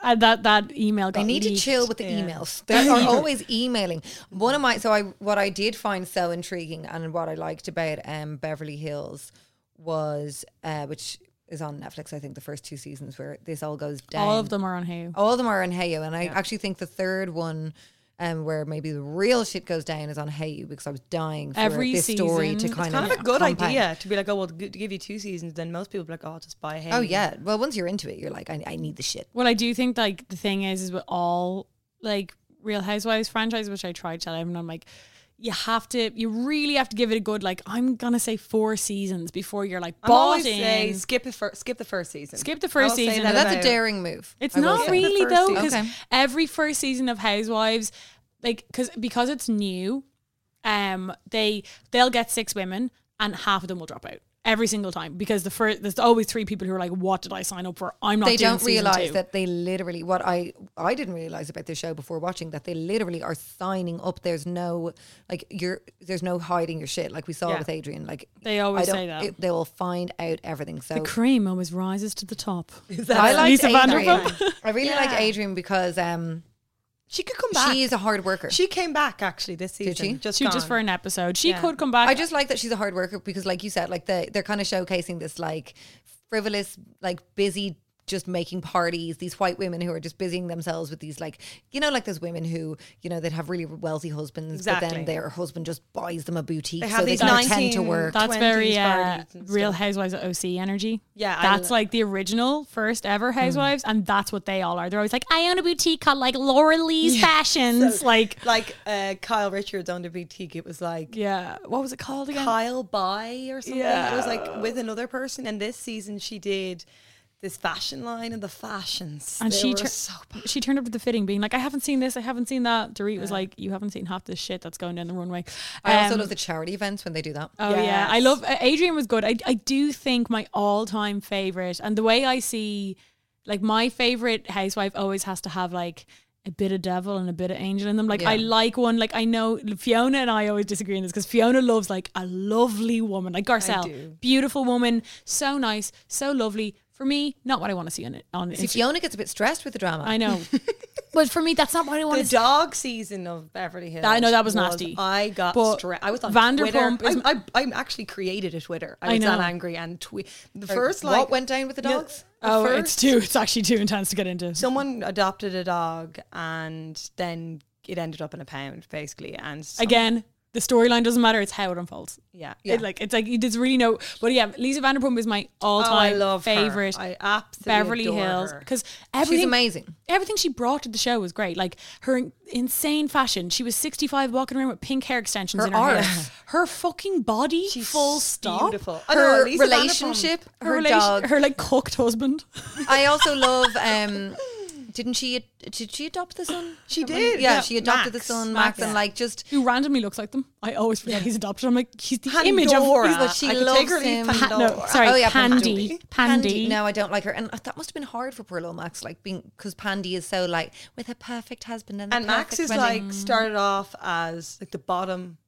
And that that email. Got I need leaked. to chill with the emails. (laughs) They are always emailing. One of my so I what I did find so intriguing and what I liked about um Beverly Hills was uh which is on Netflix I think the first two seasons where this all goes down. All of them are on Who. All of them are on Heyo, and I actually think the third one, um, where maybe the real shit goes down, is on Heyo because I was dying for Every this story to season. It's kind, (laughs) kind of of a good compound. idea to be like, oh, well, g- to give you two seasons, then most people are like, oh, I'll just buy Hey. Oh yeah, well once you're into it, you're like, I, I need the shit. Well, I do think like the thing is, is with all like Real Housewives franchise, which I tried telling everyone, I'm like, you have to, you really have to give it a good like. I'm gonna say four seasons before you're like I'm always bought say in. skip it fir- skip the first season. Skip the first I'll say season. that Now that's a about- (laughs) daring move. It's I will not say. really The first though, season. because Okay. every first season of Housewives, like, because because it's new, um, they they'll get six women and half of them will drop out every single time because the first there's always three people who are like, what did I sign up for? I'm not. they doing don't season realize two." that they literally what I I didn't realize about this show before watching that they literally are signing up. There's no like you're there's no hiding your shit like we saw Yeah. with Adrian. Like They always I don't- say that. it- they will find out everything. So the cream always rises to the top. I like Lisa Adrian. Vanderpump? I really like Adrian because um She could come back. she is a hard worker. She came back actually this season. Did she? Just She gone. just for an episode. She could come back. I just like that she's a hard worker because, like you said, like the, they're kind of showcasing this like frivolous, like busy, just making parties. These white women who are just busying themselves with these, like you know, like those women who you know they'd have really wealthy husbands, but Exactly. then their husband just buys them a boutique, They so have they these can 19 pretend to work. that's 20s very uh, parties and Real stuff. Housewives of OC energy. Yeah, I that's lo- like the original first Hmm. ever Housewives, and that's what they all are. They're always like, I own a boutique called like Laura Lee's Fashions. like, like uh, Kyle Richards on the boutique. It was like yeah, what was it called again? Kyle By or something. It was like with another person. And this season she did this fashion line and the fashions. and They she were tur- so bad. she turned up to the fitting, being like, I haven't seen this, I haven't seen that. Dorit was like, You haven't seen half this shit that's going down the runway. I also Um, love the charity events when they do that. Oh yeah, I love uh, Adrian was good. I I do think my all time favorite, and the way I see, like my favorite housewife always has to have like a bit of devil and a bit of angel in them. Like I Yeah. like one. Like I know Fiona and I always disagree on this because Fiona loves like a lovely woman, like Garcelle, beautiful woman, so nice, so lovely. For me, not what I want to see on it. On See, Instagram. Fiona gets a bit stressed with the drama. I know, (laughs) but for me, that's not what I want The to see. dog season of Beverly Hills. Oh, I know that was nasty. I got But stre- I was on Vanderpump Twitter. is- I, I, I actually created a Twitter. I I was that know. angry and tweet. The first what like went down with the No, dogs? the Oh, first- it's too. It's actually too intense to get into. someone adopted a dog and then it ended up in a pound basically and some- Again, the storyline doesn't matter. It's how it unfolds. yeah It, like it's like you just really know. But yeah, Lisa Vanderpump is my all Oh, I time love her. favorite. I absolutely Beverly adore Hills her. because everything amazing. Everything she brought to the show was great. Like her in- insane fashion. She was sixty five, walking around with pink hair extensions Her in her hair. arse. (laughs) Her fucking body, She's full stop. beautiful. I know, Her Lisa Vanderpump. relationship, her, Her, relation- dog. her like cooked husband. (laughs) I also love. um Didn't she? Did she adopt the son? She Yeah, did, Yeah, yeah. she adopted Max, the son, Max, Max. and Yeah. like just Who randomly looks like them. I always forget he's adopted. I'm like, he's the image Pandora. of. He's what she I could loves take her leave him. no, Pandora. Uh, sorry, Pandy. Oh, Pandy. Pandy. No, I don't like her, and that must have been hard for poor little Max, like being because Pandy is so like with a perfect husband and, the and Max perfect is wedding. like started off as like the bottom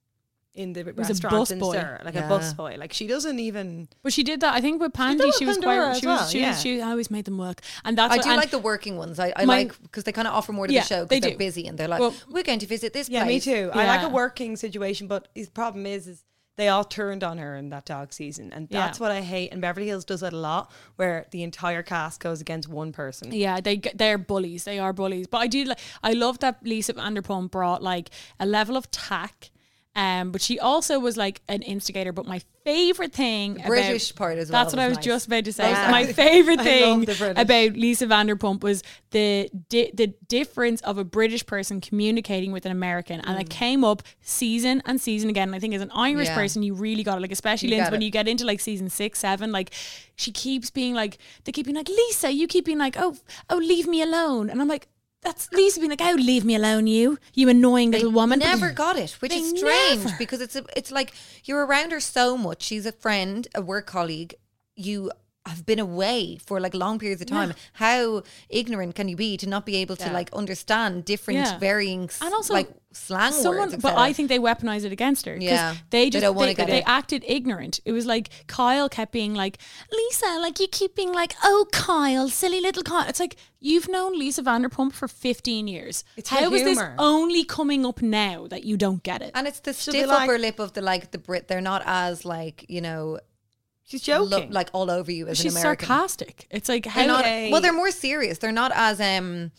in the was a restaurant in busboy. Stir, like Yeah. a bus boy. Like she doesn't even. But she did that. I think with Pandy, did she, was Pandora quite. as She was. well, she yeah. was. She always made them work. And that's I what, do and- like the working ones. I, I My- like because they kind of offer more to Yeah, the show they because they are do. busy and they're like, Well- we're going to visit this Yeah, me place. too. I like Yeah. a working situation, but his problem is, is they all turned on her in that dog season, and Yeah. that's what I hate. And Beverly Hills does that a lot, where the entire cast goes against one person. Yeah, they g- they're bullies. They are bullies. But I do like I love that Lisa Vanderpump brought like a level of tack. Um, but she also was like an instigator. But my favorite thing, about- British part as well That's what was I was nice. just about to say. Yeah. My (laughs) favorite I thing love the British. about Lisa Vanderpump was the di- the difference of a British person communicating with an American, and it came up season and season again. And I think as an Irish Mm. Yeah. person, you really got it. Like especially You Lindsay, get when it. you get into like season six, seven, like she keeps being like they keep being like Lisa, you keep being like oh oh leave me alone, and I'm like. That's Lisa being like, "Oh, leave me alone, you, you annoying They little woman." never got it, which They is strange never. because it's a, it's like you're around her so much. She's a friend, a work colleague. You have been away for like long periods of time. How ignorant can you be to not be able to like understand different Yeah. varying s- And also like slang someone, words? But etc. I think they weaponized it against her. 'cause Yeah. they They just don't wanna they, get they it. acted ignorant. It was like Kyle kept being like Lisa, like you keep being like, oh Kyle, silly little Kyle. It's like you've known Lisa Vanderpump for fifteen years. It's her How is this humour. only coming up now that you don't get it? and it's the be stiff like- upper lip of the like the Brit. They're not as like you know She's lo- joking. like all over you as She's an American. sarcastic. It's like how They're not, Okay. well, they're more serious. They're not as um,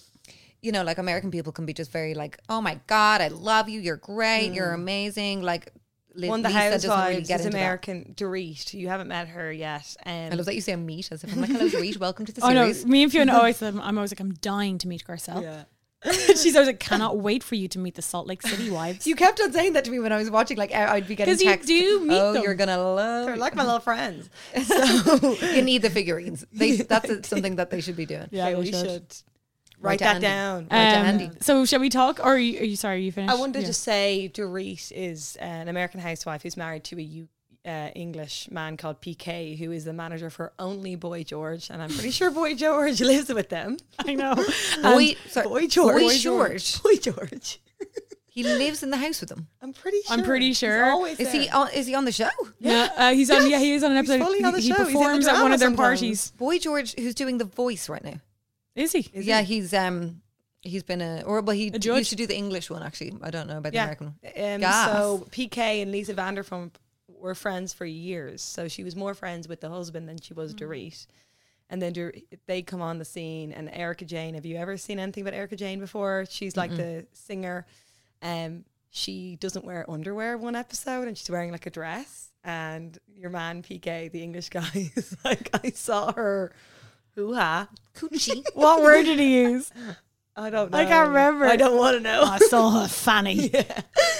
you know, like American people can be just very like, oh my god, I love you. You're great. You're amazing. Like Li- one of the Lisa doesn't really housewives get is into that. American. Dorit, you haven't met her yet. Um, I love that you say a meet as if I'm like, (laughs) hello, Dorit, welcome to the Oh no! series. Me and (laughs) Fiona always. um, I'm always like I'm dying to meet Garcelle. Yeah. (laughs) She's always like, cannot wait for you to meet the Salt Lake City wives. (laughs) You kept on saying that to me when I was watching. Like I- I'd be getting 'Cause you texts. do meet oh, them. you're gonna love. They're like my little friends. "Oh, (laughs) you need the figurines. (laughs) They, that's something that they should be doing. (laughs) Yeah, Okay, we we should. should Right write to that Andy. down. Right to Um, Andy. So shall we talk, or are you, are you sorry? Are you finished? I wanted to Yeah. just say Dorit is an American housewife who's married to a U- uh, English man called PK, who is the manager for Only Boy George, and I'm pretty sure Boy George (laughs) lives with them. I (laughs) know. And Boy, sorry, Boy George. Boy George. Boy George. He lives in the house with them. I'm pretty sure. I'm pretty He's sure. always Is there. he on? Is he on the show? yeah, uh, he's on. Yeah, he is on an He's episode. fully on the he, he show. He's in the performs at one drama of their sometimes. parties. Boy George, who's doing the voice right now? Is he? yeah, he's um he's been a or well he judge? Uh, used to do the English one actually. I don't know about the American one. Um, Gas. So PK and Lisa Vanderpump were friends for years. So she was more friends with the husband than she was Dorit. And then Dor- they come on the scene, and Erica Jane. Have you ever seen anything about Erica Jane before? She's like the singer. Um, she doesn't wear underwear one episode, and she's wearing like a dress. And your man PK, the English (laughs) guy, is like, I saw her. Hoo ha! (laughs) Coochie. What word did he use? I don't. know. I can't remember. I don't want to know. (laughs) I saw her (laughs) fanny.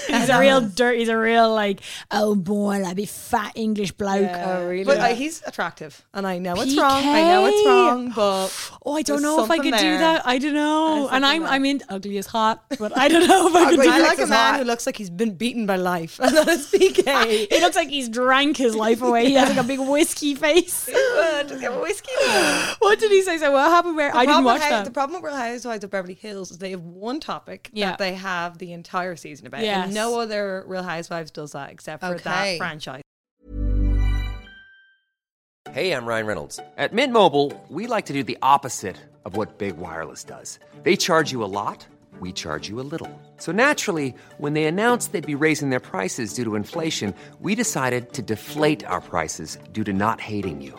He's a real dirt. He's a real like. Oh boy, that be fat English bloke. Yeah. But uh, he's attractive, and I know it's wrong. I PK. know it's wrong, but Oh, I don't there's know if I something could do there. that. I don't know. There's And I'm something I'm in ugly as hot, but I don't know if I could do I that. like a (laughs) man who looks like he's been beaten by life, (laughs) and that is PK. He looks like he's drank his life away. He has like a big whiskey face. Does he have a whiskey? The what did he say? So what happened where I didn't problem watch with Hous- that? The problem with Real Housewives of Beverly Hills is they have one topic Yeah. that they have the entire season about, Yes. and no other Real Housewives does that except for Okay. that franchise. Hey, I'm Ryan Reynolds. At Mint Mobile, we like to do the opposite of what Big Wireless does. They charge you a lot, we charge you a little. So naturally, when they announced they'd be raising their prices due to inflation, we decided to deflate our prices due to not hating you.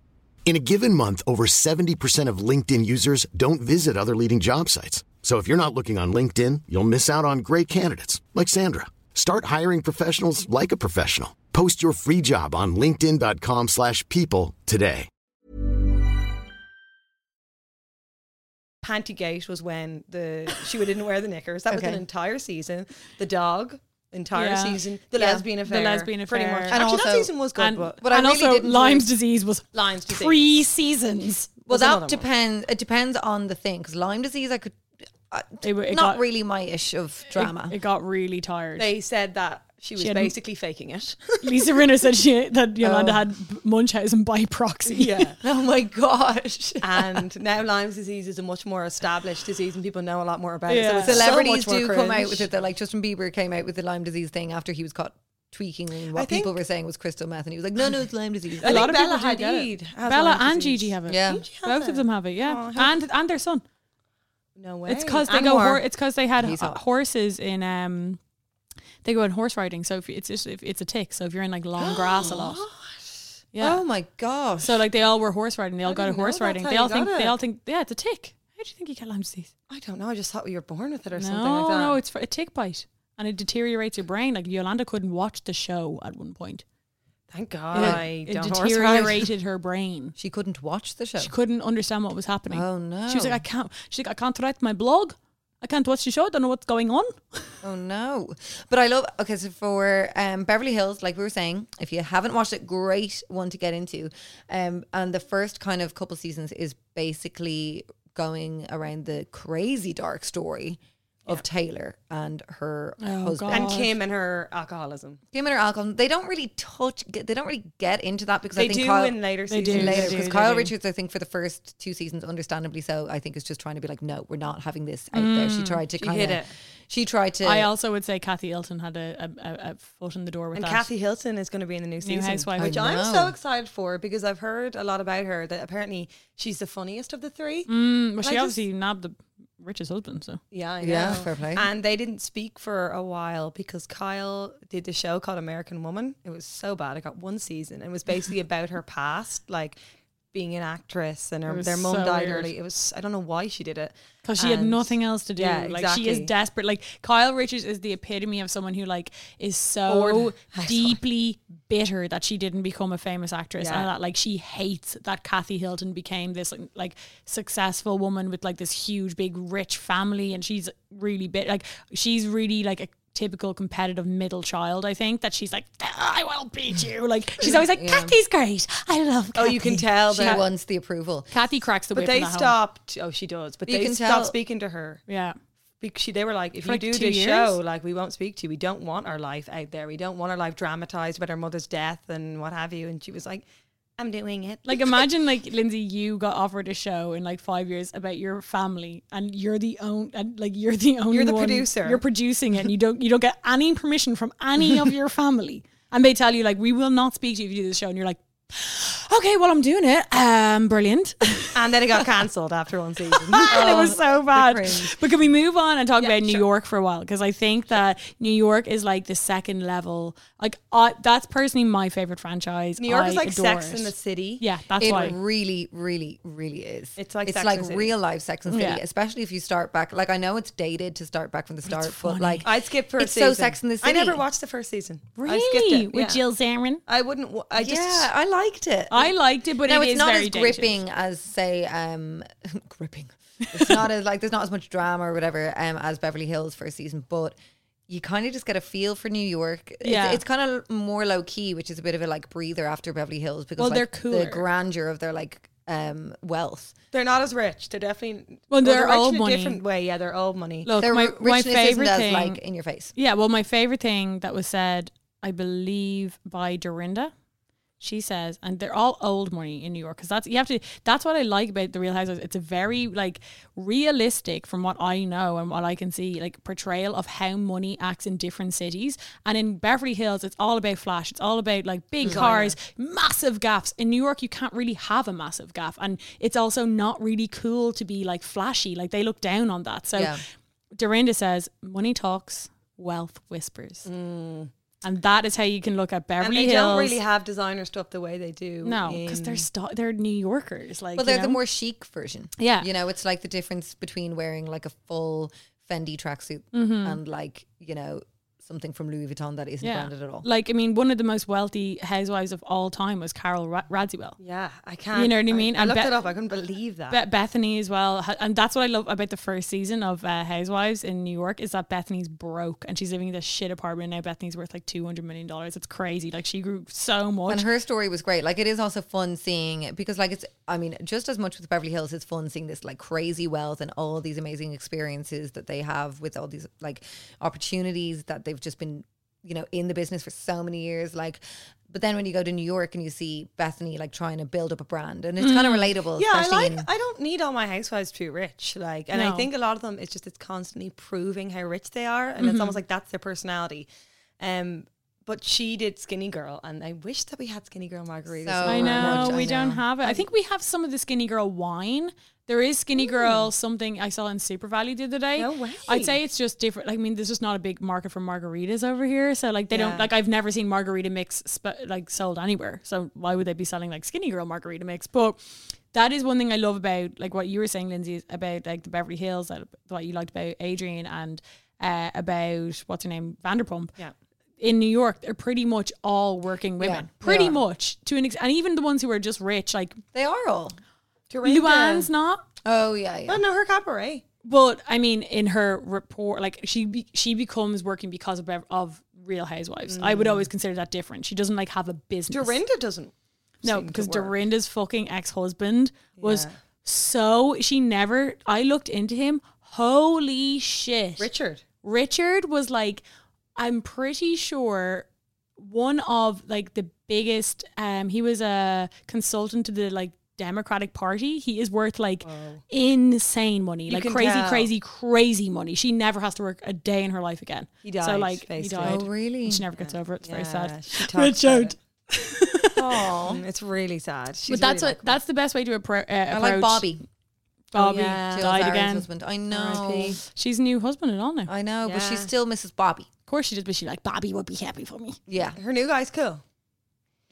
In a given month, over 70% of LinkedIn users don't visit other leading job sites. So if you're not looking on LinkedIn, you'll miss out on great candidates like Sandra. Start hiring professionals like a professional. Post your free job on linkedin.com/people slash people today. Pantygate was when the she didn't wear the knickers. That was Okay. an entire season. The dog, entire Yeah. season. The Yeah. lesbian The affair. lesbian Pretty affair. much. And Actually, that also- season was good, and but What I and really also didn't Lyme's like- disease was Lyme's disease. three seasons. Well, There's another that one. depends. It depends on the thing because Lyme disease, I could uh, It w- it not got- really my ish of drama. It, it got really tired. they said that she was She had- basically faking it. Lisa Rinner said she that Yolanda had Munchausen by proxy. (laughs) (laughs) (laughs) yeah. oh my (laughs) gosh! and now Lyme's disease is a much more established disease and people know a lot more about it. Yeah. So it's Celebrities so much more do come out cringe. with it. They're like Justin Bieber came out with the Lyme disease thing after he was caught tweaking what I think- people were saying was crystal meth, and he was like, "No, no, it's Lyme disease." (laughs) I A lot think of Bella people do get it. Hadid has Bella Lyme and disease. Gigi have it. Yeah. Gigi has both of it. them have it. Yeah, Oh, how- and and their son. No way. It's because they And go. more. Hor- it's because they had He's ho- hot. horses in. um They go on horse riding, so if you- it's just if it's a tick. So if you're in like long grass a lot, yeah. Oh my gosh! so like they all were horse riding. They all got a didn't know horse that's riding. how They you all think. got They it. all think. Yeah, it's a tick. How do you think you get Lyme disease? I don't know. I just thought we were born with it or something No, like that. no, it's for a tick bite, and it deteriorates your brain. Like Yolanda couldn't watch the show at one point. Thank God. It, I it don't horse ride. deteriorated her brain. She couldn't watch the show. She couldn't understand what was happening. Oh, She was no. like, I can't. She's like, I can't write my blog. I can't watch the show. I don't know what's going on. Oh no. But I love okay, so for um Beverly Hills, like we were saying, if you haven't watched it, great one to get into. Um and the first kind of couple seasons is basically going around the crazy dark story of Taylor and her Oh, husband. God. And And Kim and her alcoholism. Kim and her alcohol, they don't really touch get- they don't really get into that because They I think do Kyle, in later They seasons. do. later they because they Kyle do. Richards, I think, for the first two seasons, understandably so, I think is just trying to be like, no, we're not having this out there. She tried to Mm, she kind hid of, it. she tried to. I also would say Kathy Elton had a, a, a, a foot in the door with And that. Kathy Hilton is going to be in the new season, Housewife. which I I'm know. so excited for because I've heard a lot about her. That apparently she's the funniest of the three. Mm, well, I she just- obviously nabbed the richest husband. So Yeah, I know. Yeah, fair play. And they didn't speak for a while because Kyle did the show called American Woman. It was so bad. It got one season. It was (laughs) basically about her past, like being an actress, and It her, was their mum so died weird. early. It was I don't know why she did it because she had And- nothing else to do. Yeah, like she is exactly. desperate. Like Kyle Richards is the epitome of someone who like is so Bored housewife. deeply bitter that she didn't become a famous actress Yeah. and that like she hates that Kathy Hilton became this like, like successful woman with like this huge big rich family and she's really bit like she's really like a typical competitive middle child I think that she's like I will beat you like she's always (laughs) like Kathy's great I love Oh, you can Kathy." tell she that. wants the approval. Kathy cracks the But whip they in that home. stopped. Oh, she does. But You they can stopped tell- speaking to her. Yeah. Because she, they were like, if For you like do two this years? show, like we won't speak to you. We don't want our life out there. We don't want our life dramatized about our mother's death and what have you. And she was like, I'm doing it. Like imagine like Lindsay, you got offered a show in like five years about your family, and you're the own, and like you're the only You're the one- producer. You're producing it, and you don't you don't get any permission from any of (laughs) your family, and they tell you like we will not speak to you if you do this show, and you're like, okay, well I'm doing it, um, brilliant. (laughs) and then it got cancelled after one (laughs) season. (laughs) and it was so bad. cringe. But can we move on and talk Yeah, about New sure. York for a while? Because I think that New York is like the second level. Like I, that's personally my favorite franchise. New York I is like adore Sex it. in the City. Yeah, that's Oh. it why. really, really, really is. It's like it's Sex like and the City. real life Sex and the City, Yeah. especially if you start back. Like I know it's dated to start back from the start, but like I skipped first it's so season. Sex in the City. I never watched the first season. I skipped Really? it. With yeah. Jill Zarin? I wouldn't. wa- I just. yeah, I liked it. I liked it, but now it it's is not very as dated. gripping as say um (laughs) gripping. It's not as like there's not as much drama or whatever um as Beverly Hills first season, but you kind of just get a feel for New York. It's- Yeah. it's, kind of more low key, which is a bit of a like breather after Beverly Hills because Well, like, they're the cooler. grandeur of their like um wealth. They're not as rich. They're definitely. Well, they're rich old in money. a different way. Yeah, they're old money. Look, Their my, ri- my richness isn't favorite as thing. like in your face. yeah, well, my favorite thing that was said, I believe, by Dorinda. She says, and they're all old money in New York because that's you have to. That's what I like about the Real Housewives. It's a very like realistic, from what I know and what I can see, like portrayal of how money acts in different cities. And in Beverly Hills, it's all about flash. It's all about like big cars, massive gaffs. In New York, you can't really have a massive gaff, and it's also not really cool to be like flashy. Like they look down on that. So Yeah. Dorinda says, money talks, wealth whispers. Mm. And that is how you can look at and Beverly they Hills. don't really have designer stuff the way they do. no, because they're in- st- they're New Yorkers. Like, Well, they're you the know? more chic version. Yeah. You know, it's like the difference between wearing like a full Fendi tracksuit Mm-hmm. and like, you know, something from Louis Vuitton that isn't branded at all. Like, I mean, one of the most wealthy housewives of all time was Carol Ra- Radziwill. Yeah, I can't. You know what I mean? I, And looked Be- it up. I couldn't believe that. Be- Bethany as well, Ha- and that's what I love about the first season of uh, Housewives in New York is that Bethany's broke and she's living in this shit apartment. Now Bethany's worth like two hundred million dollars. It's crazy. Like she grew so much. And her story was great. Like it is also fun seeing because like it's I mean, just as much with Beverly Hills, it's fun seeing this like crazy wealth and all these amazing experiences that they have with all these like opportunities that they've just been, you know, in the business for so many years. Like but then when you go to New York and you see Bethany like trying to build up a brand and it's kind of relatable, Mm. yeah, I especially like. in I don't need all my housewives to be rich. Like, and No. I think a lot of them it's just it's constantly proving how rich they are, Mm-hmm. and it's almost like that's their personality. Um, but she did Skinny Girl, and I wish that we had Skinny Girl margaritas. So I much, know I we don't know. have it. I think we have some of the Skinny Girl wine. There is Skinny Girl something I saw in Super Valley the other day. No way. I'd say it's just different. Like, I mean, there's just not a big market for margaritas over here, so like they don't Yeah. like. I've never seen margarita mix sp- like sold anywhere. So why would they be selling like Skinny Girl margarita mix? But that is one thing I love about like what you were saying, Lindsay, is about like the Beverly Hills, that what you liked about Adrian and uh, about what's her name, Vanderpump. Yeah. in New York, they're pretty much all working women. they pretty are. much to an extent, and even the ones who are just rich, like They are all. Luann's not. Oh yeah, yeah. Oh no, her cabaret. But I mean, in her report, like she be, she becomes working because of Bev- of Real Housewives. I would always consider that different. She doesn't like have a business. Mm. Dorinda doesn't. No, seem to because work. Dorinda's fucking ex husband was so she never. I looked into him. Holy shit, Richard. Richard was like, I'm pretty sure one of like the biggest. Um, he was a consultant to the like Democratic Party. He is worth like insane money, like can crazy, tell. crazy, crazy money. She never has to work a day in her life again. He So died, like he basically. died. Oh, really? And she never gets over it. It's very sad. She talks Richard. (laughs) About it. Mm, It's really sad. She's But that's really what that's the best way to appro- uh, I approach. like Bobby. Oh, Bobby Jill died Zarin's again. husband. I know. She's new husband and all now. I know, but she's Yeah. still Mrs. Bobby. Of course she did, but she like Bobby would be happy for me. Yeah, Her new guy's cool.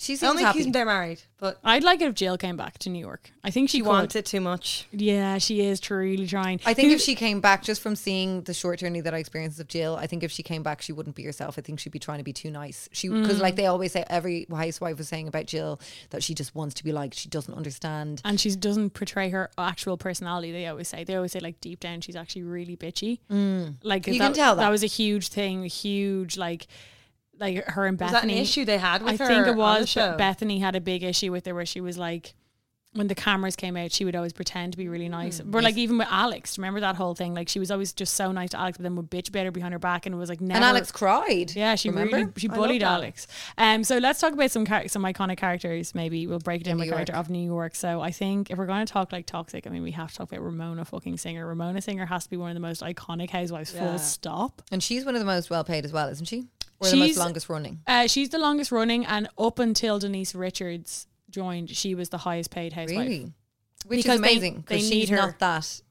she I don't seems think he's, happy. they're married, but I'd like it if Jill came back to New York. I think she, she could. wants it too much. Yeah, she is truly trying. I think Who- if she came back, just from seeing the short journey that I experienced of Jill, I think if she came back, she wouldn't be herself. I think she'd be trying to be too nice. She because Mm. like they always say, every housewife was saying about Jill that she just wants to be like she doesn't understand. and she doesn't portray her actual personality. They always say they always say like deep down she's actually really bitchy. Mm. Like You can tell that. was a huge thing, huge like like her and Was Bethany. that an issue they had with I her? think on it the was. show? But Bethany had a big issue with her where she was like, when the cameras came out, she would always pretend to be really nice. But like even with Alex, remember that whole thing? Like she was always just so nice to Alex, but then would bitch about her behind her back and was like never. And Alex cried. Yeah, she remember. really she bullied Alex. Um, so let's talk about some char- some iconic characters. Maybe we'll break down my character of New York. So I think if we're going to talk like toxic, I mean we have to talk about Ramona fucking Singer. Ramona Singer has to be one of the most iconic housewives. Full stop. and she's one of the most well paid as well, isn't she? Or the She's- most longest running. Uh, she's the longest running, and up until Denise Richards joined, she was the highest paid housewife. Really? Which Because is they- amazing they because need she's her. not that.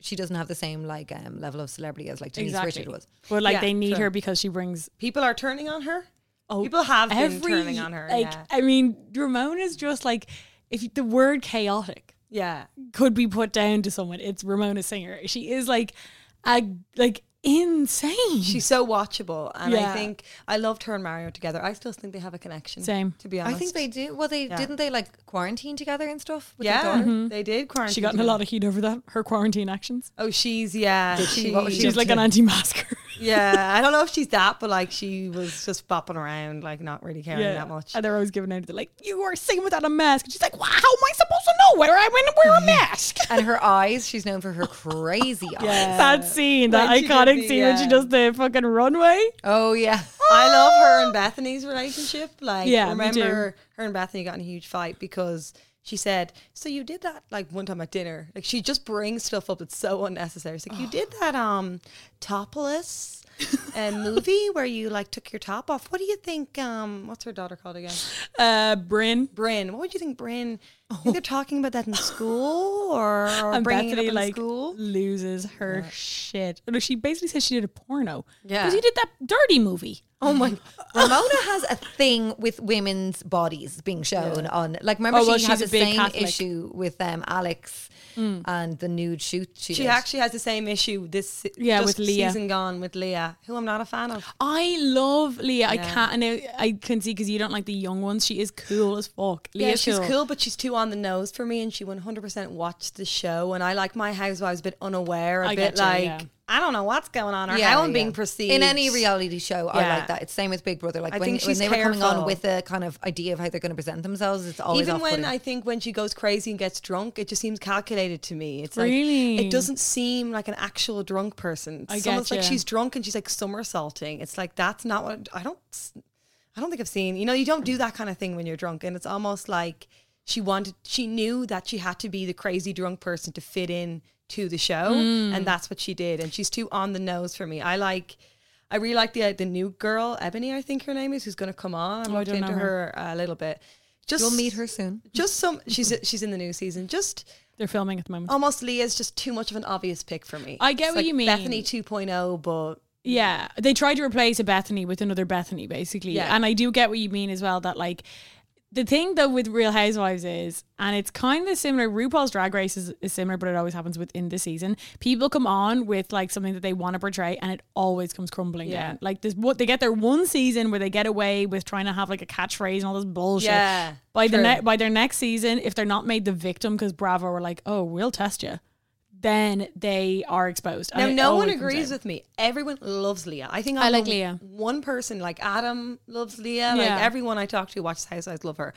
She doesn't have the same like um, level of celebrity as like Denise Exactly. Richard was. But like Yeah, they need true. her because she brings people are turning on her. oh, People have been every, turning on her, Like yeah. I mean, Ramona's just like if you- the word chaotic Yeah, could be put down to someone, it's Ramona Singer. She is like a like insane. she's so watchable, and Yeah. I think I loved her and Mario together. I still think they have a connection. Same. to be I honest. think they do. Well, they didn't they like quarantine together and stuff. With yeah, Mm-hmm. their Mm-hmm. daughter? they did. Quarantine. she got in a lot of heat over that her quarantine actions. Oh, she's yeah. she? What was She's like an anti-masker. yeah, I don't know if she's that, but like she was just bopping around, like not really caring yeah, that much. and they're always giving out. They're like, "You are singing without a mask." And she's like, "Wow, how am I supposed to know whether I'm going to wear a mask?" Uh, And her eyes, she's known for her (laughs) crazy eyes. (laughs) that scene, that When she did iconic the, scene when she uh, does the fucking runway. Oh yeah. Ah! I love her and Bethany's relationship. Like, Yeah, me too. remember her and Bethany got in a huge fight because she said, "So you did that like one time at dinner." Like she just brings stuff up that's so unnecessary. It's like you did that um topless (laughs) uh, movie where you like took your top off. What do you think? Um, what's her daughter called again? Uh, Bryn. Bryn. What would you think, Bryn? You (laughs) think they're talking about that in school or, or And bringing Bethany it up in like school? loses her shit. No, she basically says she did a porno. Yeah. because you did that dirty movie. Oh my. Ramona has a thing with women's bodies being shown on. Like, remember Oh, well, she she's had a the big same Catholic. issue with um, Alex and the nude shoot. She, Mm. She did. actually has the same issue this se- Yeah, just with Leah. season gone with Leah, who I'm not a fan of. I love Leah. I Yeah. can't. I know. I can see because you don't like the young ones. She is cool as fuck. Leah, yeah, she's cool, but she's too on the nose for me, and she 100% watched the show. And I like my housewives a bit unaware, a I bit getcha, like yeah. I don't know what's going on or Yeah, how I'm yeah. being perceived in any reality show. I Yeah. like that. It's same with Big Brother. Like I when, think when she's they were coming on careful. with a kind of idea of how they're going to present themselves, it's always Even when off-putting. I think when she goes crazy and gets drunk, it just seems calculated to me. It's like Really? it doesn't seem like an actual drunk person. It's I almost like getcha. she's drunk and she's like somersaulting. It's like that's not what I don't. I don't think I've seen. You know, you don't do that kind of thing when you're drunk, and it's almost like she wanted. She knew that she had to be the crazy drunk person to fit in to the show, Hmm. and that's what she did. And she's too on the nose for me. I like. I really like the the new girl, Ebony, I think her name is, who's going to come on. I'm Oh, I looked don't into know her. her. a little bit. Just You'll meet her soon. just some she's she's in the new season just They're filming at the moment. almost leah's just too much of an obvious pick for me I get It's what you mean. bethany 2.0 but yeah, they tried to replace a Bethany with another Bethany, basically. Yeah. And I do get what you mean as well. That like The thing though with Real Housewives is, and it's kind of similar. RuPaul's Drag Race is, is similar, but it always happens within the season. People come on with like something that they want to portray, and it always comes crumbling Yeah. down. Like this, what they get their one season where they get away with trying to have like a catchphrase and all this bullshit. Yeah, By the true. ne- by their next season, if they're not made the victim because Bravo were like, "Oh, we'll test you," then they are exposed. Now, it no one always comes agrees out. with me. Everyone loves Leah. I think I I'm like the Leah. One person, like Adam, loves Leah. Yeah. Like everyone I talk to watches Housewives love her.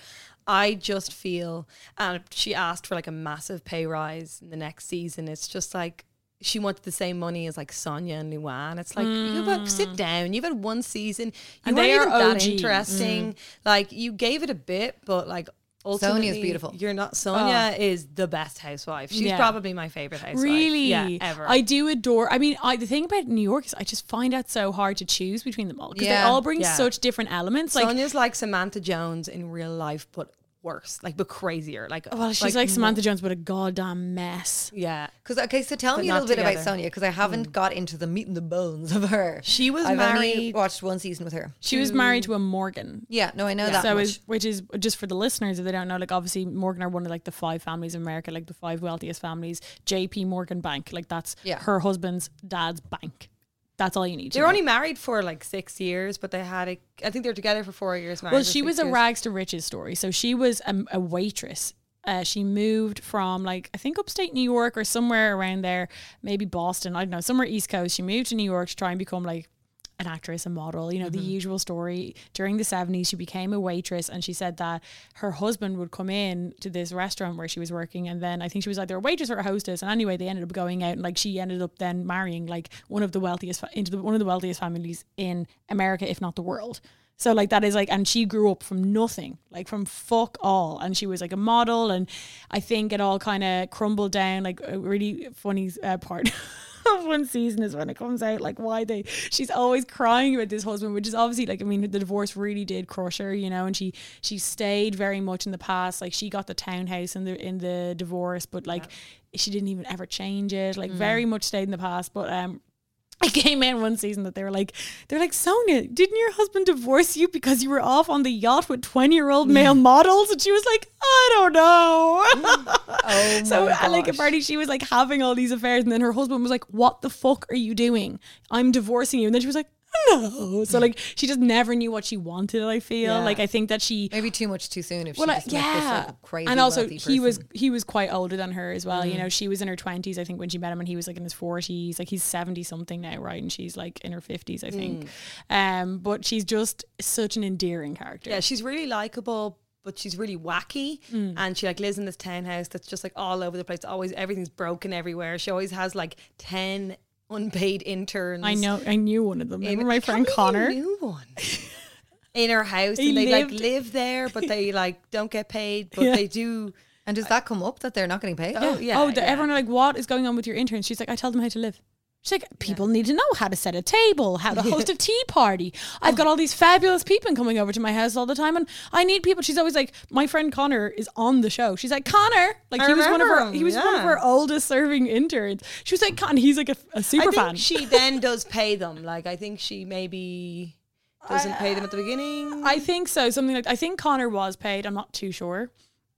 I just feel, and she asked for like a massive pay rise in the next season. It's just like she wanted the same money as like Sonia and Luan. It's like you've had, sit down. You've had one season. You Mm. And weren't they are Mm. even that OGs. interesting. Like you gave it a bit, but like. Sonia's Ultimately, beautiful. You're not. Sonia is the best housewife. She's Oh. Yeah. probably my favorite housewife. Really? Yeah, ever. I do adore. I mean, I, the thing about New York is I just find out so hard to choose between them all because Yeah, they all bring yeah. such different elements. Like, Sonia's like Samantha Jones in real life, but worse, like but crazier. Like Oh, well, she's like, Samantha Jones, but a goddamn mess. Yeah, Because okay, so tell But me a not little bit about together. Mm. Sonia because I haven't got into the meat and the bones of her. She was I've Only married- watched one season with her. She was married to a Morgan. Yeah, no, I know that. So much. is which is just for the listeners if they don't know, like obviously Morgan are one of like the five families in America, like the five wealthiest families. J.P. Morgan Bank, like that's Yeah. her husband's dad's bank. That's all you need. to they were know. only married for like six years, but they had a. I think they were together for four years. married Well, for she six was a years. rags to riches story. So she was a, a waitress. Uh, she moved from like I think upstate New York or somewhere around there, maybe Boston. I don't know, somewhere East Coast. She moved to New York to try and become like an actress, a model. You know, the usual story. During the seventies, she became a waitress, and she said that her husband would come in to this restaurant where she was working, and then I think she was either a waitress or a hostess. And anyway, they ended up going out, and like she ended up then marrying like one of the wealthiest fa- into the, one of the wealthiest families in America, if not the world. So like that is like, and she grew up from nothing, like from fuck all, and she was like a model, and I think it all kind of crumbled down. Like a really funny uh, part (laughs) of one season is when it comes out, like why they, she's always crying about this husband, which is obviously like, I mean, the divorce really did crush her, you know, and she she stayed very much in the past, like she got the townhouse in the in the divorce, but like she didn't even ever change it, like very much stayed in the past, but um, it came in one season that they were like, they're like, Sonia, didn't your husband divorce you because you were off on the yacht with 20 year Mm. old male models? And she was like, I don't (laughs) know. oh so, my uh, like, gosh. apparently she was like having all these affairs. And then her husband was like, What the fuck are you doing? I'm divorcing you. And then she was like, No. So, like, she just never knew what she wanted, I feel. Yeah. Like, I think that she maybe too much too soon if well, she uh, just met this like, crazy and also wealthy he was person. Mm. he was quite older than her as well. You know, she was in her twenties, I think, when she met him, and he was like in his forties. Like he's seventy something now, right? And she's like in her fifties, I think. Mm. Um, but she's just such an endearing character. Yeah, she's really likable, but she's really wacky, Mm. and she like lives in this townhouse that's just like all over the place. Always everything's broken everywhere. She always has like ten unpaid interns. I know. I knew one of them. Remember my I can't friend believe Connor? you knew (laughs) one. In her house, He and they lived- like live there, but they like don't get paid, (laughs) but Yeah. they do. And does that come up that they're not getting paid? Oh, yeah. oh, the, yeah. everyone are like, what is going on with your interns? She's like, I tell them how to live. She's like, people need to know how to set a table, how to (laughs) host a tea party. Oh. I've got all these fabulous people coming over to my house all the time, and I need people. She's always like, my friend Connor is on the show. She's like, Connor, like I he was one of remember her, him, he was one of yeah. her oldest serving interns. She was like, Con, he's like a, a super I think fan. she then does pay them. Like I think she maybe doesn't pay them at the beginning, I think so. Something like I think Connor was paid. I'm not too sure.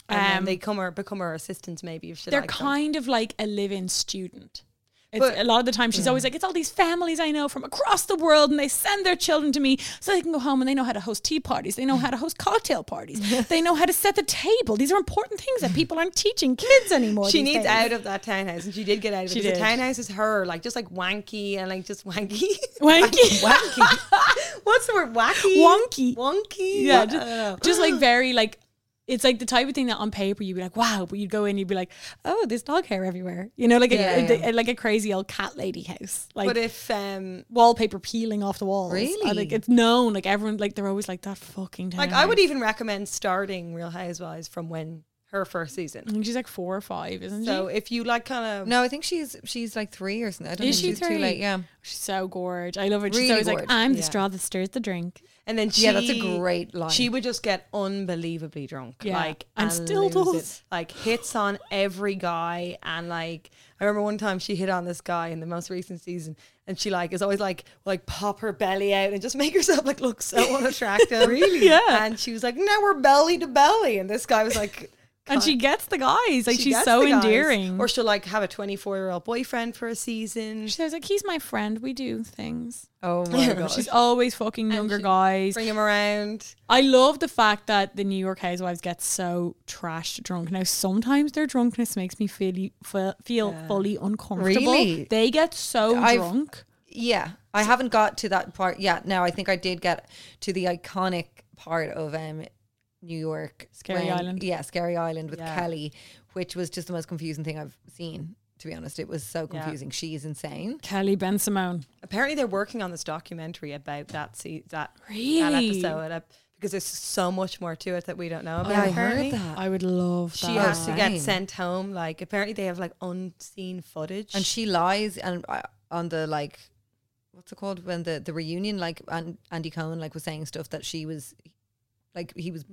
and then um, they come or become her assistants. Maybe if she they're likes them. kind of like a live-in student. It's, But- a lot of the time, she's always like, "It's all these families I know from across the world, and they send their children to me so they can go home and they know how to host tea parties, they know how to host cocktail (laughs) parties, they know how to set the table. These are important things that people aren't teaching kids anymore." (laughs) She these needs days." out of that townhouse, and she did get out of She it. because The did. townhouse is her, like just like wanky and like just wanky. Wanky. Wacky. (laughs) What's the word? Wacky. Wonky. Wonky. yeah, I don't know. just, just (gasps) like very like. It's like the type of thing that on paper you'd be like, wow, but you'd go in, you'd be like, oh, there's dog hair everywhere, you know, like Yeah, a, yeah. a- like a crazy old cat lady house. Like, But if um, wallpaper peeling off the walls. Really? I, like it's known. Like everyone, like they're always like that fucking. like I would townhouse." even recommend starting Real Housewives from when her first season. I think she's like four or five, isn't So she? if you like kind of No, I think she's she's like three or something. I don't Is think she she's too three? late. (laughs) Yeah. She's so gorge. I love her. She's Really always like, gorge. I'm the Yeah. straw that stirs the drink. and then she Yeah, that's a great line. She would just get unbelievably drunk, Yeah, like and still lose it. does. like hits on every guy. And like I remember one time she hit on this guy in the most recent season, and she like is always like like pop her belly out and just (laughs) make herself like look (laughs) so unattractive. (laughs) really? Yeah. And she was like, now we're belly to belly, and this guy was like. (laughs) And she gets the guys. Like she she's gets so the guys. endearing. Or she'll like have a 24 year old boyfriend for a season. She's always like, he's my friend. We do things. Oh my (laughs) god. She's always fucking younger guys. Bring him around. I love the fact that the New York Housewives get so trashed drunk. Now, sometimes their drunkenness makes me feel feel, feel fully uncomfortable. Really? They get so I've- drunk. Yeah, I haven't got to that part yet. Now I think I did get to the iconic part of um New York, Scary Island. Yeah, Scary Island with Yeah. Kelly, which was just the most confusing thing I've seen. To be honest, it was so confusing. She is insane. Kelly Ben Simone. Apparently, they're working on this documentary about that se- that, that Really? episode uh, because there's so much more to it that we don't know about. Yeah, Oh, I apparently. heard that. I would love that. She has Fine. to get sent home. Like apparently, they have like unseen footage. and she lies and uh, on the like what's it called when the the reunion like and andy cohen like was saying stuff that she was like he was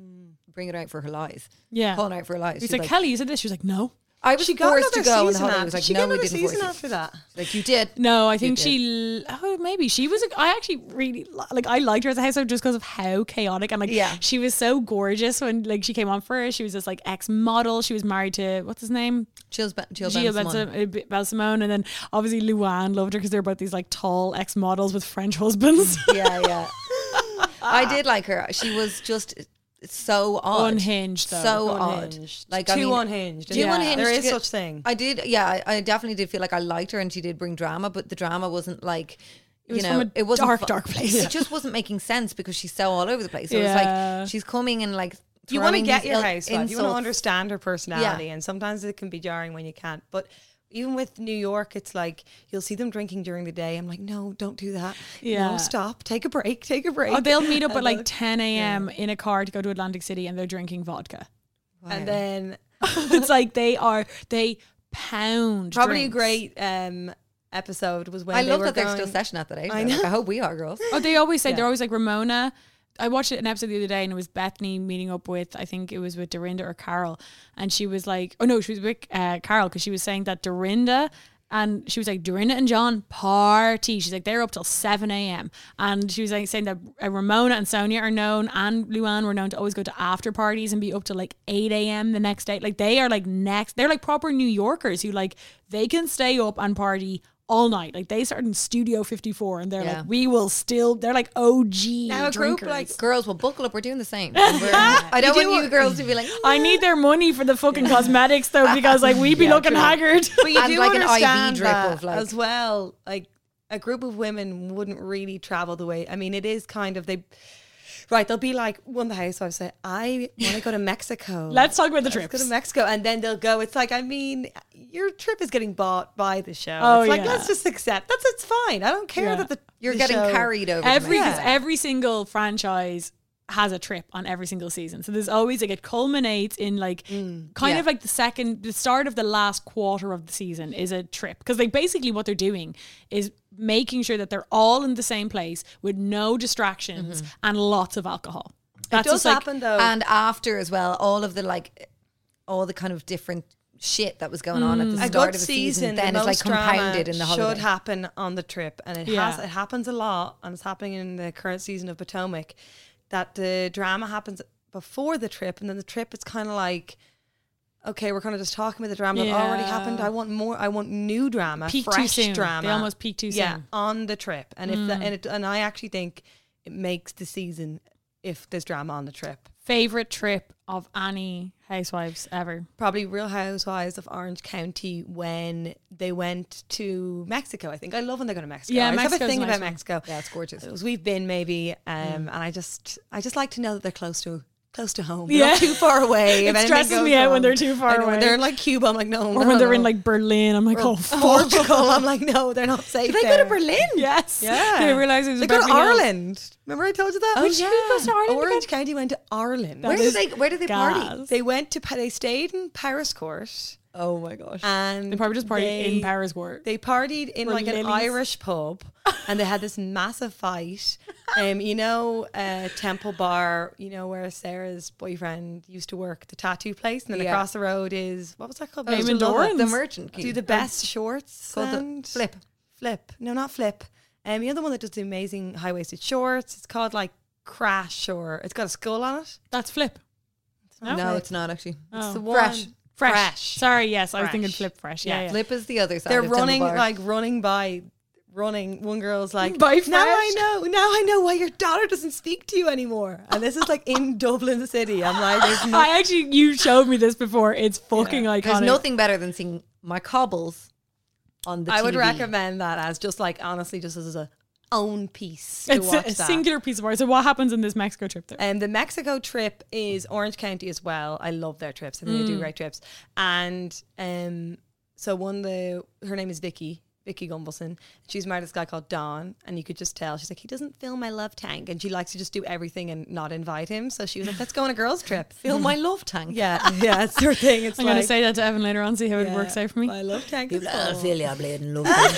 bringing it out for her lies Yeah. calling out for her lies He's She's like, Kelly, you said this. She was like, no. i was she got forced another to go and season Holly after. was like she no got we another didn't force season you." after that. She's like you did No, I You think did. she. l- Oh, maybe she was. a- I actually really li- like. I liked her as a housewife just because of how chaotic and like. Yeah. She was so gorgeous when like she came on first. She was this like ex model. She was married to what's his name, Jill's ba- Jill Gio Benson (laughs) one. Bensim- uh, Balsamone, and then obviously Luann loved her because they're both these like tall ex models with French husbands. (laughs) yeah yeah i did like her she was just so odd Unhinged, though. so Unhinged. odd like I Too mean, unhinged. too Yeah. unhinged There is because- such thing. i did yeah I- i definitely did feel like i liked her and she did bring drama but the drama wasn't like It was you know, from a it wasn't dark, fu- dark place. It just wasn't making sense because she's so all over the place. So It was Yeah. like she's coming and like you want to throwing get these your ill- housewife. You want to insults. understand her personality, and sometimes it can be jarring when you can't. But even with New York, it's like you'll see them drinking during the day. I'm like, no, don't do that. Yeah. no, stop. Take a break. Take a break. oh, they'll meet up at (laughs) And like they'll- 10 a.m. in a car to go to Atlantic City, and they're drinking vodka. and then (laughs) it's like they are they pound. probably drinks. a great um, episode was when I they love were that they're going, still session at that age. I though. Like, know. I hope we are girls. Oh, they always say they're always like Ramona. I watched an episode the other day and it was Bethany meeting up with I think it was with Dorinda or Carol, and she was like, oh no, she was with uh, Carol because she was saying that Dorinda. And she was like, Dorinda and John party. She's like, they're up till 7 a.m. And she was like saying that uh, Ramona and Sonia are known and Luann were known to always go to after parties and be up till like 8 a.m. the next day. Like they are like next, they're like proper New Yorkers who like, they can stay up and party all night. Like they started in Studio 54 and they're Yeah. like, we will still, they're like OG Now a group drinkers. like girls will buckle up. We're doing the (laughs) same. And we're- I don't want you girls to be like. "Ah, I need their money for the fucking cosmetics though, because like we be looking haggard. (laughs) But you And do like an IV understand drip that of, like- as well. Like a group of women wouldn't really travel the way. I mean, it is kind of they. Right, they'll be like one of the housewives say, "I want to go to Mexico." Let's talk about the Let's go trips. to Mexico, and then they'll go. It's like, I mean, your trip is getting bought by the show. Oh, it's like yeah. let's just accept that's it's fine. I don't care Yeah. that the You're the getting show- carried over. to every me. 'cause every single franchise has a trip on every single season. So there's always like it culminates in like Mm, kind of Yeah. like the second the start of the last quarter of the season is a trip because like basically what they're doing is making sure that they're all in the same place with no distractions and lots of alcohol. Mm-hmm. It That's does just, like, happen though. and after as well, all of the like, all the kind of different shit that was going on at the a start good of the Mm. season, season, then the is like most drama compounded in the holiday. should happen on the trip, and it Yeah. has it happens a lot, and it's happening in the current season of Potomac. That the drama happens before the trip, and then the trip it's kind of like, okay, we're kind of just talking about the drama that already Yeah. happened. I want more. I want new drama, Peak too fresh soon. drama. They almost peak too yeah, soon. on the trip, and if the, and it, and I actually think it makes the season if there's drama on the trip. favorite trip of any housewives ever. probably Real Housewives of Orange County when they went to Mexico. I think I love when they go to Mexico. Yeah, I just have a Mexico's thing a nice about one. Mexico. Yeah, it's gorgeous. Mm. Because We've been maybe, um, and I just I just like to know that they're close to close to home. Yeah. Yeah. Not too far away. (laughs) It If anything stresses goes me out when wrong. they're too far I know, away. When they're in like Cuba, I'm like, no. Or when they're in like Berlin, I'm like, (laughs) oh, fuck. Portugal, I'm like, no, they're not safe. Did they go to there. Berlin? Yes. Yeah. (laughs) They realized it was They go to Beverly Hills. Ireland. Remember I told you that? Oh, yeah. Who goes to Ireland Orange County went to Ireland. Where do they? Where do they party? gas. They went to, Pa- they stayed in Paris Court Oh my gosh! and. They probably just partied in they- Paris Court. They partied in Were like an lilies. Irish pub, and they had this massive (laughs) fight. Um, you know, uh, Temple Bar. You know where Sarah's boyfriend used to work, the tattoo place, and then Yeah. across the road is what was that called? Damon Used to love it. Doran's. the merchant. Do Keith. the best shorts called the and- Flip. Flip. No, not Flip. Um, you know the one that does the amazing high waisted shorts. It's called like Crash or it's got a skull on it. That's flip. No, No? it's not actually. Oh. It's the one. Fresh. Fresh. Fresh. Sorry, yes. I was Fresh. thinking flip fresh. Yeah. Yeah, yeah. Flip is the other side. They're of Temple running Bar. like running by running. One girl's like By now I Fresh? know now I know why your daughter doesn't speak to you anymore. And this is like (laughs) in Dublin city. I'm like there's no I actually, you showed me this before. It's fucking iconic. There's nothing better than seeing my cobbles on the. I would TV. recommend that as just like honestly just as a own piece to It's a, watch a that. singular piece of art. So what happens in this Mexico trip there? And the Mexico trip is Orange County as well. I love their trips. I think Mm. they do great trips. And um, so one of the her name is Vicky. Vicky Gumbelson. She's married to this guy called Don, and you could just tell she's like he doesn't fill my love tank, and she likes to just do everything and not invite him. So she was like, "Let's go on a (laughs) girls' (laughs) trip." fill my love tank. (laughs) yeah, yeah, it's her thing. It's I'm like, going to say that to Evan later on, see how it yeah, works out for me. My love tank. People Is are like, "Oh, full." fill your bleeding (laughs) love tank.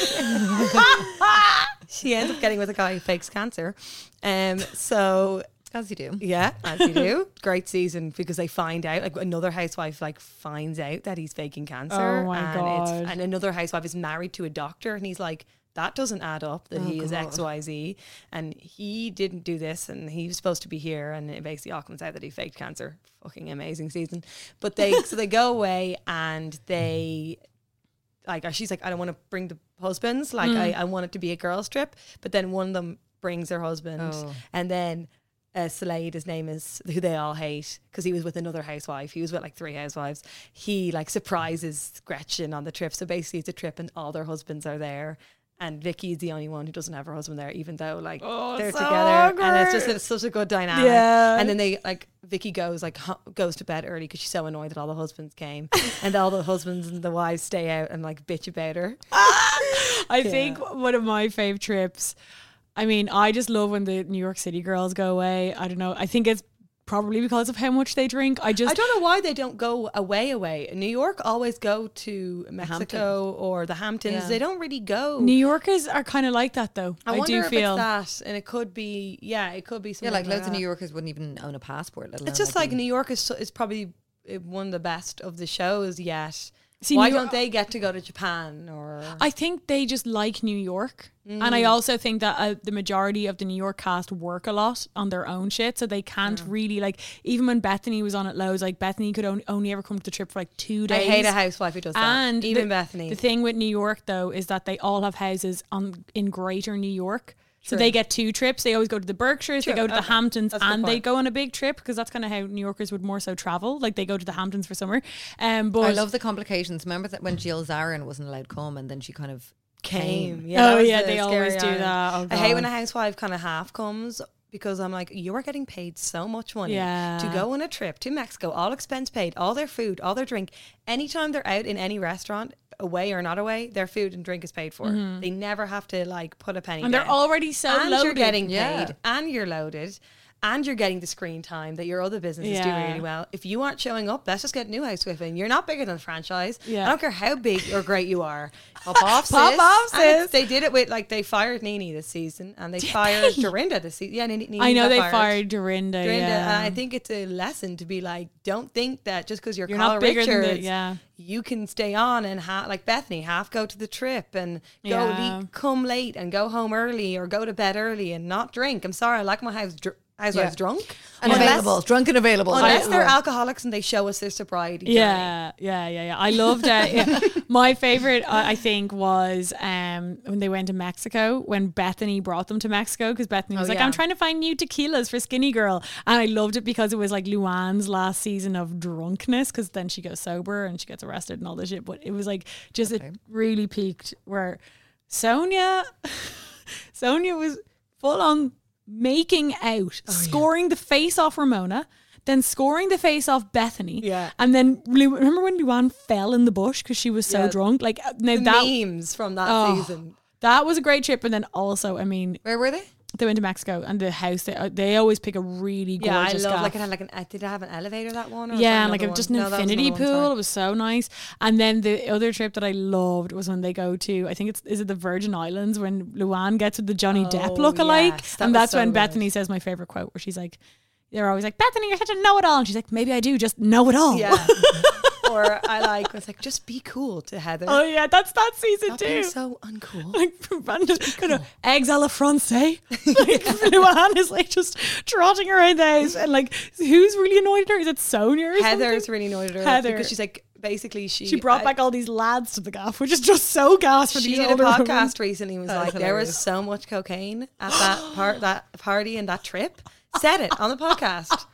(laughs) she ends up getting with a guy who fakes cancer. Um, so As you (laughs) do. Yeah, as you (laughs) do. Great season because they find out like another housewife like finds out that he's faking cancer. Oh my and God. and another housewife is married to a doctor, and he's like, that doesn't add up. Oh, That he is X Y Z, and he didn't do this, and he was supposed to be here, and it basically all comes out that he faked cancer. Fucking amazing season. But they so they go away and they like she's like, I don't want to bring the husbands. Like I, I want it to be a girls trip. But then one of them brings her husband, and then uh, Slade, his name is who they all hate because he was with another housewife. He was with like three housewives. He like surprises Gretchen on the trip. So basically, it's a trip, and all their husbands are there. And Vicky is the only one who doesn't have her husband there, even though like they're together, and it's just it's such a good dynamic. Yeah. And then they like Vicky goes like hu- goes to bed early because she's so annoyed that all the (laughs) husbands came, and all the husbands and the wives stay out and like bitch about her. I think one of my fave trips. I mean, I just love when the New York City girls go away. I don't know. I think it's probably because of how much they drink. I just I don't know why they don't go away away. New York always go to Mexico or the Hamptons. Yeah. They don't really go. New Yorkers are kind of like that though. I, I, wonder do if feel. it's that, and it could be yeah, it could be Yeah, something. like loads that. of New Yorkers wouldn't even own a passport. Let alone It's just like them. New York is so- is probably uh, one of the best of the shows yet. See, why New York- don't they get to go to Japan or? I think they just like New York. And Mm. I also think that uh, the majority of the New York cast work a lot on their own shit. So they can't really, like, even when Bethany was on at Lowe's, like, Bethany could only, only ever come to the trip for like two I days. hate a housewife who does that. And even the, Bethany. The thing with New York though is that they all have houses on in Greater New York. So they get two trips. They always go to the Berkshires, they True. go to the Okay. Hamptons, That's a good and they point. go on a big trip because that's kind of how New Yorkers would more so travel. Like they go to the Hamptons for summer. Um, but I love the complications. Remember that when Jill Zarin wasn't allowed to come, and then she kind of came. came. Yeah, that Oh, was yeah, the they always scary do irony. that. Oh, I hate when God. a housewife kind of half comes because I'm like, you are getting paid so much money Yeah. to go on a trip to Mexico, all expense paid, all their food, all their drink. Anytime they're out in any restaurant, away or not away, their food and drink is paid for. They never have to like put a penny. Mm-hmm. and they're down. already so and loaded. you're getting Yeah. paid, and you're loaded. And you're getting the screen time that your other businesses do Yeah. really well. If you aren't showing up, let's just get a new house with in. You're not bigger than the franchise. Yeah. I don't care how big or great you are. pop (laughs) off, Pop sis. off, And it's- sis. They did it with like they fired Nini this season and they fired Dorinda this season. Yeah, Nini. Nini I know got they fired Dorinda. Dorinda. Uh, yeah. And uh, I think it's a lesson to be like, don't think that just because you're, You're Carl not bigger than the- Richards, yeah. you can stay on and ha- like Bethany, half go to the trip and go Yeah. le- come late and go home early or go to bed early and not drink. I'm sorry, I like my house dr- housewives Yeah. drunk and Unless- available, drunk and available. Unless I- they're alcoholics and they show us their sobriety. journey. Yeah, yeah, yeah, yeah. I loved it. Yeah. (laughs) My favorite, I I think, was um, when they went to Mexico when Bethany brought them to Mexico because Bethany was like, Oh, yeah. "I'm trying to find new tequilas for Skinny Girl," and I loved it because it was like Luann's last season of drunkenness because then she goes sober and she gets arrested and all this shit. But it was like just it really peaked where Sonia, (laughs) Oh, Sonia was full on making out, scoring the face off Ramona. then scoring the face off Bethany. Yeah. And then Lu- remember when Luann fell in the bush because she was so Yeah. drunk? Like uh, now The that memes from that oh, season. That was a great trip, and then also, I mean, Where were they? they went to Mexico and the house. They uh, they always pick a really Yeah, I gorgeous. love like gaff. it had like an uh, did it have an elevator that one? Or was that Yeah, and like another a, just an one? No, that was infinity another one, pool. sorry. It was so nice. And then the other trip that I loved was when they go to I think it's is it the Virgin Islands when Luann gets with the Johnny Depp Oh, lookalike, yes, that and was that's so when good. Bethany says my favorite quote where she's like, "They're always like Bethany, you're such a know-it-all," and she's like, "Maybe I do just know it all." Yeah. or I like was like just be cool to Heather. (laughs) oh yeah, that's that season Stop being too. so (laughs) uncool. like Luann just, you know, eggs a la (laughs) française. (laughs) Like Luann is like just trotting around the house, and like who's really annoyed at her? Is it Sonia? Or Heather's something? really annoyed at her Heather. because she's like basically she She brought I- back all these lads to the gaff, which is just so gas for she these did a older women. podcast recently and was like there was so much cocaine at that part that party and that trip. Said it on (laughs) the podcast.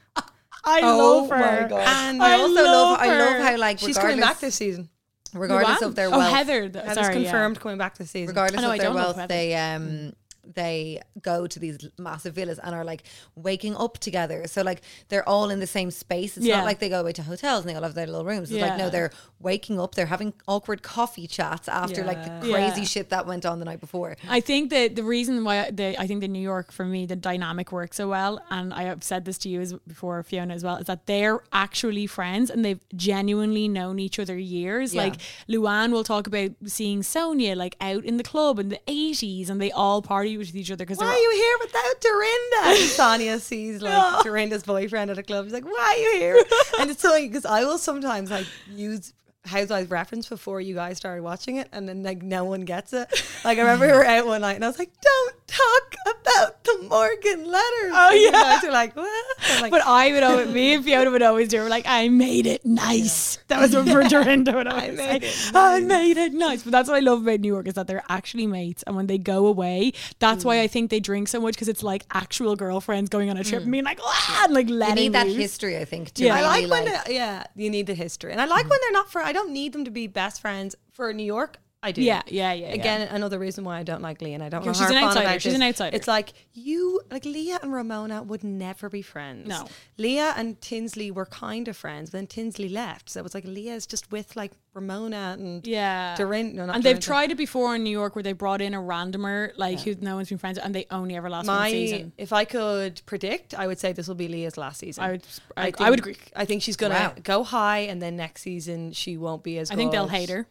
I Oh love her. And I I, also love, love I her. love how like She's coming back regardless- this season. regardless of their oh, wealth, Heather. th- Heather's sorry, yeah. confirmed coming back this season. regardless I know, I of their don't love wealth, Heather. they um they go to these massive villas and are like waking up together. So like they're all in the same space. It's Yeah. not like they go away to hotels and they all have their little rooms. It's like Yeah. no, they're waking up. They're having awkward coffee chats after like the Yeah. crazy Yeah. shit that went on the night before. I think that the reason why the I think the New York for me the dynamic works so well, and I have said this to you as before, Fiona as well, is that they're actually friends and they've genuinely known each other years. Like Luann will talk about seeing Sonia like out in the club in the eighties, and they all party with each other because Why are you here without (laughs) Dorinda? And Sonia sees like Dorinda's boyfriend at a club. She's like, "Why are you (laughs) here?" And it's so because I will sometimes like use Housewives reference before you guys started watching it, and then like no one gets it. Like I remember we were out one night, and I was like, "Don't talk about the Morgan letters." Oh yeah. you guys are like, "What?" I'm like, But I would always, me and Fiona would always do. it. We're like, I made it nice. That was what Virgil Rindo would always say. I made it nice. But that's what I love about New York is that they're actually mates, and when they go away, that's why I think they drink so much because it's like actual girlfriends going on a trip and being like, ah, and like You letting need that loose. history, I think. To Yeah. Mm-hmm. I really, like when the, yeah, you need the history, and I like when they're not for. I don't need them to be best friends for New York. I do. Yeah, yeah, yeah. yeah. Again, another reason why I don't like Leah, and I don't. Yeah, know she's her an fond outsider. about She's this. an outsider. It's like you, like Leah and Ramona would never be friends. No. Leah and Tinsley were kind of friends, but then Tinsley left, so it was like Leah's just with like Ramona and Yeah. Dorin- no, not and they've Dorinda. tried it before in New York where they brought in a randomer, like who no one's been friends with, and they only ever last one My, season. if I could predict, I would say this will be Leah's last season. I would- I- I would agree. I think she's gonna Wow. go high, and then next season she won't be as. I think they'll good. hate her.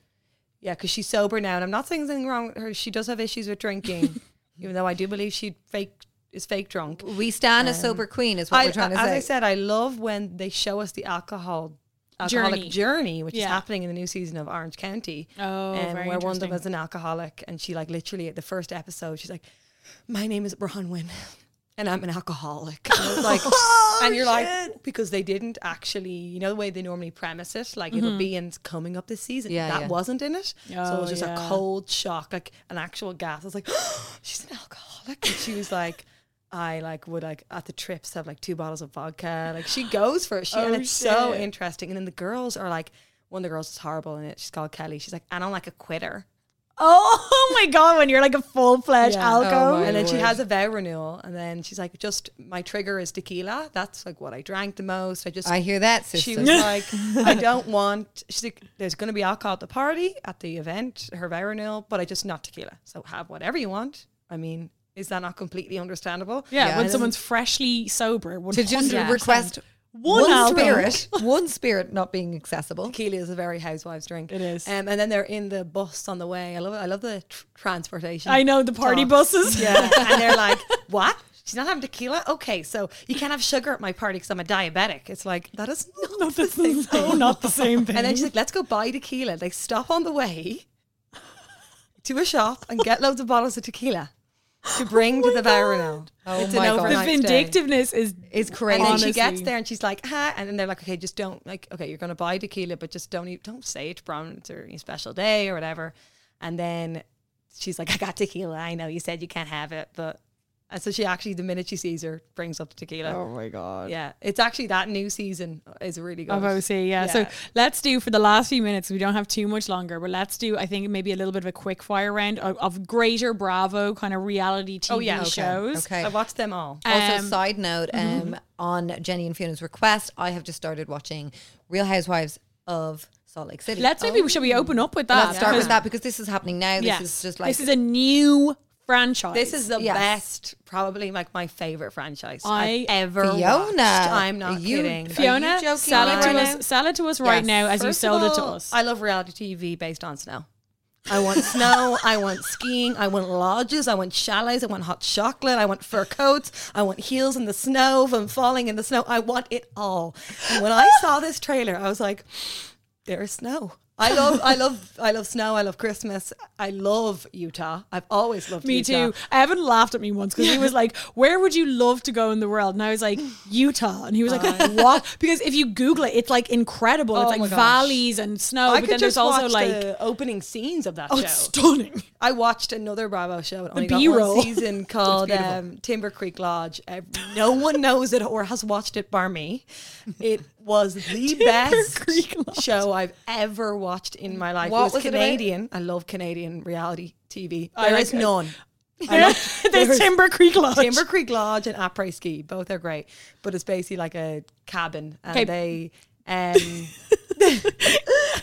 Yeah, because she's sober now, and I'm not saying anything wrong with her. She does have issues (laughs) with drinking, even though I do believe she fake is fake drunk. we stand a sober queen is what Um, I- uh, we're trying to as say. I said, I love when they show us the alcohol alcoholic Journey. journey, which is Yeah. happening in the new season of Orange County. Oh, um, very where one of them interesting. is an alcoholic, and she like literally at the first episode, she's like, "My name is Bronwyn." And I'm an alcoholic. And I (laughs) was like, Oh, and you're like, because they didn't actually, you know, the way they normally premise it, like it'll be in coming up this season. Mm-hmm. Yeah, that yeah. wasn't in it. so it Oh, was just yeah. a cold shock, like an actual gas. I was like, (gasps) she's an alcoholic. And she was like, I like would like at the trips have like two bottles of vodka. Like she goes for it. She, and Oh, it's so shit. interesting. And then the girls are like, one of the girls is horrible in it. She's called Kelly. She's like, and I'm like a quitter. Oh (laughs) my god, when you're like a full fledged Yeah. Oh alcohol. alco. and then she has a vow renewal. And then she's like, just my trigger is tequila. That's like what I drank the most. I just I hear that, she sister. was (laughs) (laughs) like, I don't want. She's like, there's going to be alcohol at the party, at the event, her Veronil, but I just not tequila. So have whatever you want. I mean, is that not completely understandable? Yeah, when And- someone's freshly sober, to just 100%. request One one, album. spirit, one spirit not being accessible. tequila is a very housewives drink. It is. Um, and then they're in the bus on the way. I love it. I love the tr- transportation. I know the party talk. buses. Yeah, (laughs) and they're like, what? She's not having tequila? Okay, so you can't have sugar at my party because I'm a diabetic. It's like, that is not, No, the that's same so (laughs) thing. not the same thing. And then she's like, let's go buy tequila. They stop on the way to a shop and get loads of bottles of tequila to bring to the Baronel. Oh it's my an God. The the overnight Stay. vindictiveness is It's And crazy. then Honestly. she gets there and she's like, huh? And then they're like, okay, just don't like, okay, you're gonna buy tequila, but just don't eat, don't say it, Brown. It's your special day or whatever. And then she's like, I got tequila. I know you said you can't have it, but And so she actually, the minute she sees her, brings up the tequila. Oh my god. Yeah, it's actually that new season is really good. Of OC, yeah. So let's do for the last few minutes. We don't have too much longer, but let's do. I think maybe a little bit of a quick fire round of, of greater Bravo kind of reality TV Oh, yeah, okay, shows. okay. I watched them all. Also, side note, mm-hmm. um, on Jenny and Fiona's request, I have just started watching Real Housewives of Salt Lake City. Let's maybe should we open up with that? Let's start Because- with that because this is happening now. This yes, is just like this is a new franchise. This is the Yes. best, probably like my favorite franchise I- I have ever Fiona, watched. I'm not are you- kidding. Are you Fiona. joking Sell it right to now? us. Sell it to us right Yes. now as you First sold of it to all, us. I love reality TV based on snow. I want snow. I want skiing. I want lodges. I want chalets. I want hot chocolate. I want fur coats. I want heels in the snow from falling in the snow. I want it all. And when I saw this trailer, I was like, there is snow. I love, I love, I love snow. I love Christmas. I love Utah. I've always loved Me Utah. too. Evan laughed at me once because (laughs) he was like, "Where would you love to go in the world?" And I was like, "Utah." And he was like, "What?" Because if you Google it, it's like incredible. Oh it's my like gosh. valleys and snow, I Oh, but could then just there's also watch like the opening scenes of that oh, show. it's stunning. I watched another Bravo show. It only got B-roll. (laughs) one season called um, Timber Creek Lodge. Uh, no one knows it or has watched it bar me. It (laughs) was the best Creek Lodge. show I've ever watched in my life. What it was, was it about? Canadian. I love Canadian reality TV. I There like is it. (laughs) none. (laughs) there's Timber Creek Lodge. Timber Creek Lodge and après ski, both are great, but it's basically like a cabin, and Okay. they. Um, (laughs)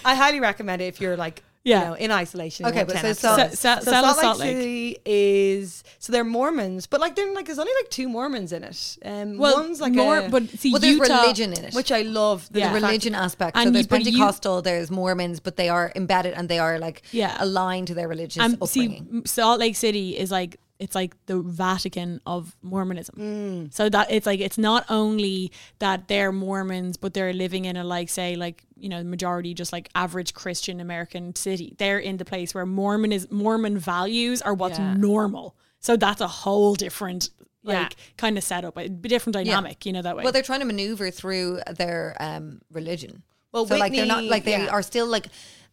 I highly recommend it if you're like Yeah. you know in isolation. Okay, you but so want 10 Salt- episodes. Sa- Sa- so Salt Salt, Lake Salt Lake. Lake City is so they're Mormons, but like they're like there's only like two Mormons in it. Um, Well, one's like more, a, but see, Well, there's Utah, religion in it. which I love. Yeah. the religion aspect. so And there's you- but you- Pentecostal, there's Mormons, but they are embedded and they are like Yeah. aligned to their religious And Um, see, upbringing. m- Salt Lake City is like it's like the Vatican of Mormonism. So that it's like it's not only that they're Mormons, but they're living in a like say like you know majority just like average Christian American city. They're in the place where Mormon is Mormon values are what's normal. So that's a whole different like Yeah. kind of setup, a different dynamic. You know that way. Well, they're trying to maneuver through their um, religion. Well, so like they're not Whitney- like they yeah. are still like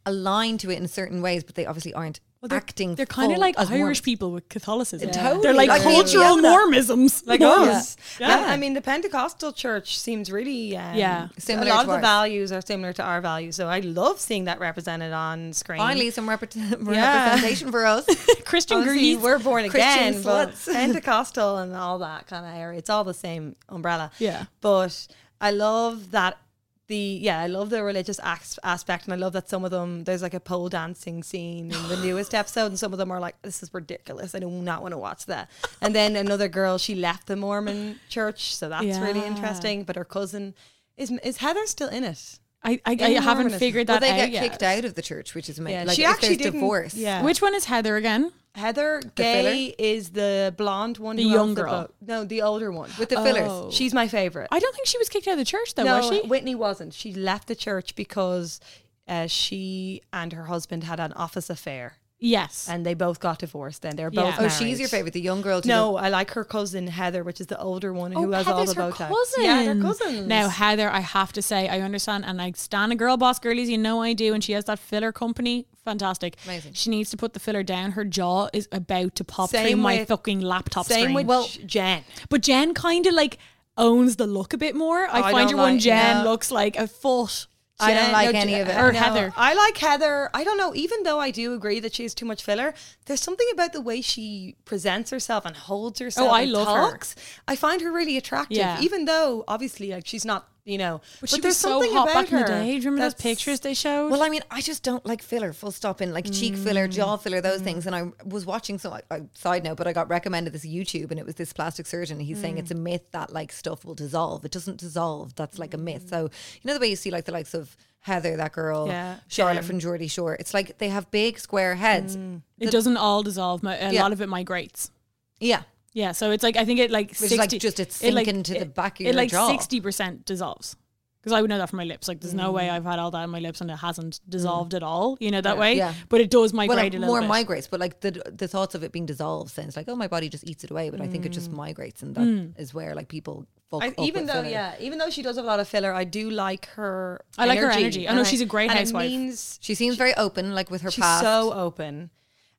aligned to it in certain ways, but they obviously aren't acting. they're kind of full like as Irish Mormons. people with Catholicism. Totally. They're like, Like me and cultural Fiona. Mormonisms. Like Mormons. us. Yeah. Yeah. I mean, the Pentecostal church seems really um, (laughs) Yeah. Similar A lot to of the ours. values are similar to our values, so I love seeing that represented on screen. Finally, some (laughs) repre- Yeah. representation for (laughs) us. Christian Obviously, Greece. we're born Christian again, but sluts. Pentecostal and all that kind of area. It's all the same umbrella. Yeah. But I love that the yeah, I love the religious as- aspect, and I love that some of them there's like a pole dancing scene (gasps) in the newest episode, and some of them are like, "This is ridiculous. I do not want to watch that." And then another girl, she left the Mormon church, so that's really Yeah. interesting. But her cousin is is Heather still in it? I, I, I In haven't Mormonism. figured well, that they out get yet. kicked out of the church, which is amazing. like she if actually there's didn't. divorce. Yeah. Which one is Heather again? Heather Gay is the blonde one, The who young owns girl. boat. no, the older one with the Oh. fillers. She's my favorite. I don't think she was kicked out of the church though, no, was she? Whitney wasn't. She left the church because uh, she and her husband had an office affair, yes. and they both got divorced. Then they're Yeah. both. Oh, she's married. your favorite, the young girl. To No, I like her cousin Heather, which is the older one who has Oh, Heather's all the her botox. cousin. Yeah, they're Oh, cousins. Now, Heather, I have to say, I understand, and I stand a girl boss, girlies. You know I do, and she has that filler company. Fantastic. Amazing. She needs to put the filler down. Her jaw is about to pop Same through my with- fucking laptop same screen. with well, Jen. but Jen kind of like owns the look a bit more. I, I find don't your one like- Jen no. looks like a foot. I don't Jen- like no, any Jen- of it. Or no, Heather. I like Heather. I don't know. Even though I do agree that she has too much filler, there's something about the way she presents herself and holds herself. Oh, I and love her. talks. I find her really attractive. Yeah. Even though obviously, like she's not, you know, But but, she was there's so something hot about back in her. the day. Do you remember those that's- pictures they showed? Well, I mean, I just don't like filler, full stop, in like cheek filler, Mm. jaw filler, those things. And I was watching some I, I, side note, but I got recommended this YouTube, and it was this plastic surgeon. And he's saying it's a Mm. myth that like stuff will dissolve. It doesn't dissolve. That's like a myth. Mm. So you know the way you see like the likes of Heather, that girl, Yeah. Charlotte from Geordie Shore. It's like they have big square heads. Mm. it doesn't all dissolve. My- A Yeah. lot of it migrates. Yeah. Yeah, so it's like I think it like is sixty. like just it's it, like, sinking to the it- back of it your like jaw. sixty percent dissolves because I would know that from my lips. Like, there's no way I've had all that on my lips and it hasn't dissolved at all. You know that way. Yeah. But it does Well, migrate it a little more bit. migrates, but like the the thoughts of it being dissolved sounds like oh my body just eats it away, but I think it Mm. just migrates, and that is where like people fuck I, up even with though, filler. yeah, even though she does have a lot of filler, I do like her. I like her energy. I know and she's a great and it housewife. means She seems very open, like with her She's past. so open,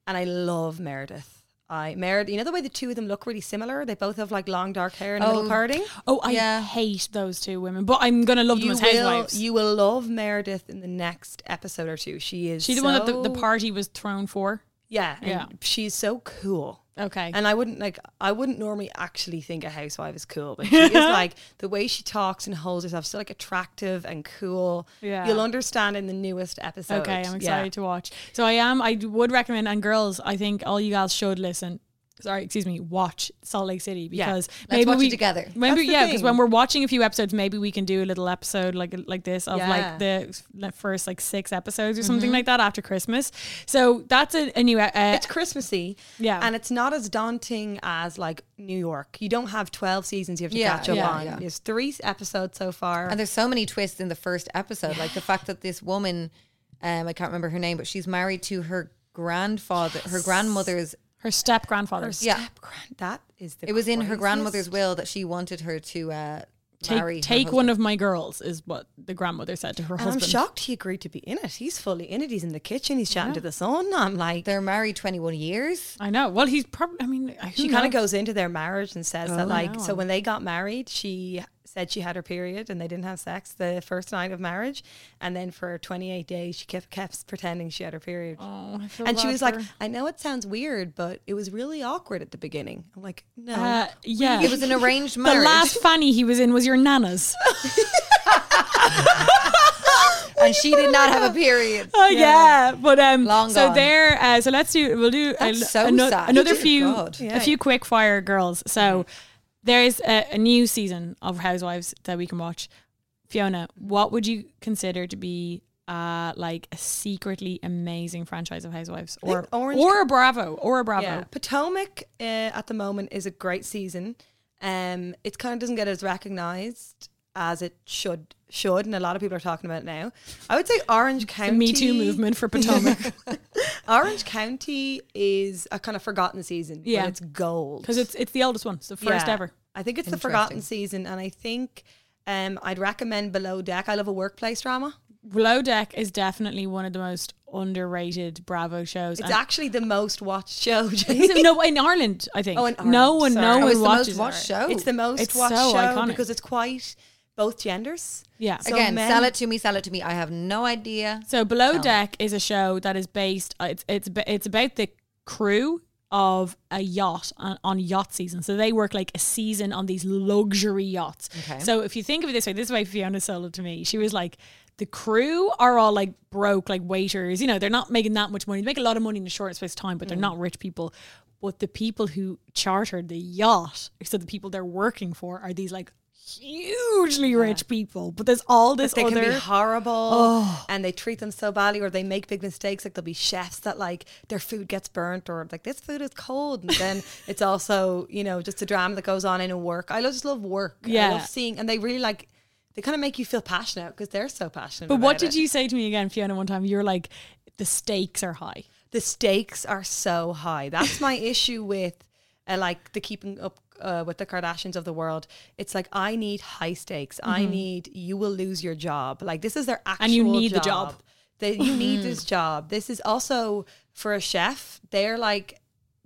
and I love Meredith. I married. You know the way the two of them look really similar. They both have like long dark hair and little Oh. parting. Oh, I Yeah. hate those two women, but I'm gonna love them You as will, housewives. you will love Meredith in the next episode or two. She is she the one that the, the so- party was thrown for. Yeah, and Yeah. She's so cool. Okay. And I wouldn't like I wouldn't normally actually think a housewife is cool, but (laughs) she is like the way she talks and holds herself so like attractive and cool. Yeah. You'll understand in the newest episode. okay, I'm Yeah. excited to watch. So I am. I would recommend, and girls, I think all you guys should listen. Sorry, excuse me. Watch Salt Lake City Yeah. because Let's maybe watch it we together. Maybe That's the yeah, because thing. when we're watching a few episodes, maybe we can do a little episode like like this of Yeah. Mm-hmm. like the f- first like six episodes or something like that after Christmas. So that's a, a new. Uh, It's Christmassy. Yeah. And it's not as daunting as like New York. You don't have 12 seasons you have to Yeah, catch up yeah, on. yeah. There's three episodes so far. And there's so many twists in the first episode. Like the fact that this woman, um, I can't remember her name, but she's married to her grandfather, her grandmother's. her step grandfather. Yeah, that is the it was in her craziest. grandmother's will that she wanted her to uh, marry. Take, her take husband. one of my girls is what the grandmother said to her And I'm husband. shocked he agreed to be in it. He's fully in it. He's in the kitchen. He's chatting to the son. I'm like, They're married 21 years. I know. Well, he's probably. I mean, she kind of goes into their marriage and says that Oh, like no. so when they got married she said she had her period and they didn't have sex the first night of marriage and then for 28 days she kept kept pretending she had her period Oh, I feel and she bad was like for- i know it sounds weird but it was really awkward at the beginning i'm like no Uh, yeah, It was an arranged The marriage. last fanny he was in was your (laughs) nana's. and she did not have a period. (laughs) Oh yeah. but um, Long so gone. there. Uh, so let's do. We'll do a, That's so ano- sad. another Dear few, God. a few quick fire girls. So there is a, a new season of Housewives that we can watch. Fiona, what would you consider to be uh like a secretly amazing franchise of Housewives, or Orange- or a Bravo, or a Bravo? Yeah. Potomac uh, at the moment is a great season. Um, it kind of doesn't get as recognized as it should should, and a lot of people are talking about it now. I would say Orange County. The Me Too movement (laughs) for Potomac (laughs) Orange County is a kind of forgotten season. Yeah. but it's gold because it's it's the oldest one, it's the first Yeah. ever. I think it's the forgotten season, and I think um, I'd recommend Below Deck. I love a workplace drama. Below Deck is definitely one of the most underrated Bravo shows. It's and- actually the most watched show. (laughs) Jenny. Is it- no, in Ireland, I think. Oh, in no Ireland, one, sorry. no Oh, one it's the most watches. watched Ireland. show. It's the most It's watched so show iconic. because it's quite both genders. Yeah. So Again, men- sell it to me, sell it to me. I have no idea. So Below Deck is a show that is based. uh, It's it's ba- it's about the crew of a yacht on, on yacht season. So they work like a season on these luxury yachts. So if you think of it this way, this is why Fiona sold it to me. She was like. The crew are all like broke, like waiters. You know, they're not making that much money. They make a lot of money in a short space of time, but they're Mm. not rich people. But the people who chartered the yacht, so the people they're working for, are these like hugely rich people. But there's all this they other can be horrible Oh. and they treat them so badly or they make big mistakes like there'll be chefs that like their food gets burnt or like this food is cold and (laughs) then it's also you know just a drama that goes on in a work i lo- just love work Yeah. i love seeing and they really like they kind of make you feel passionate because they're so passionate But what about did it. you say to me again, Fiona, one time? You were like, the stakes are high. the stakes are so high. That's my issue with uh, like the keeping up uh, with the Kardashians of the world. It's like I need high stakes. I need you will lose your job. Like this is their actual Mm-hmm. And you need the job. Mm-hmm. That you need this job. This is also for a chef. They're like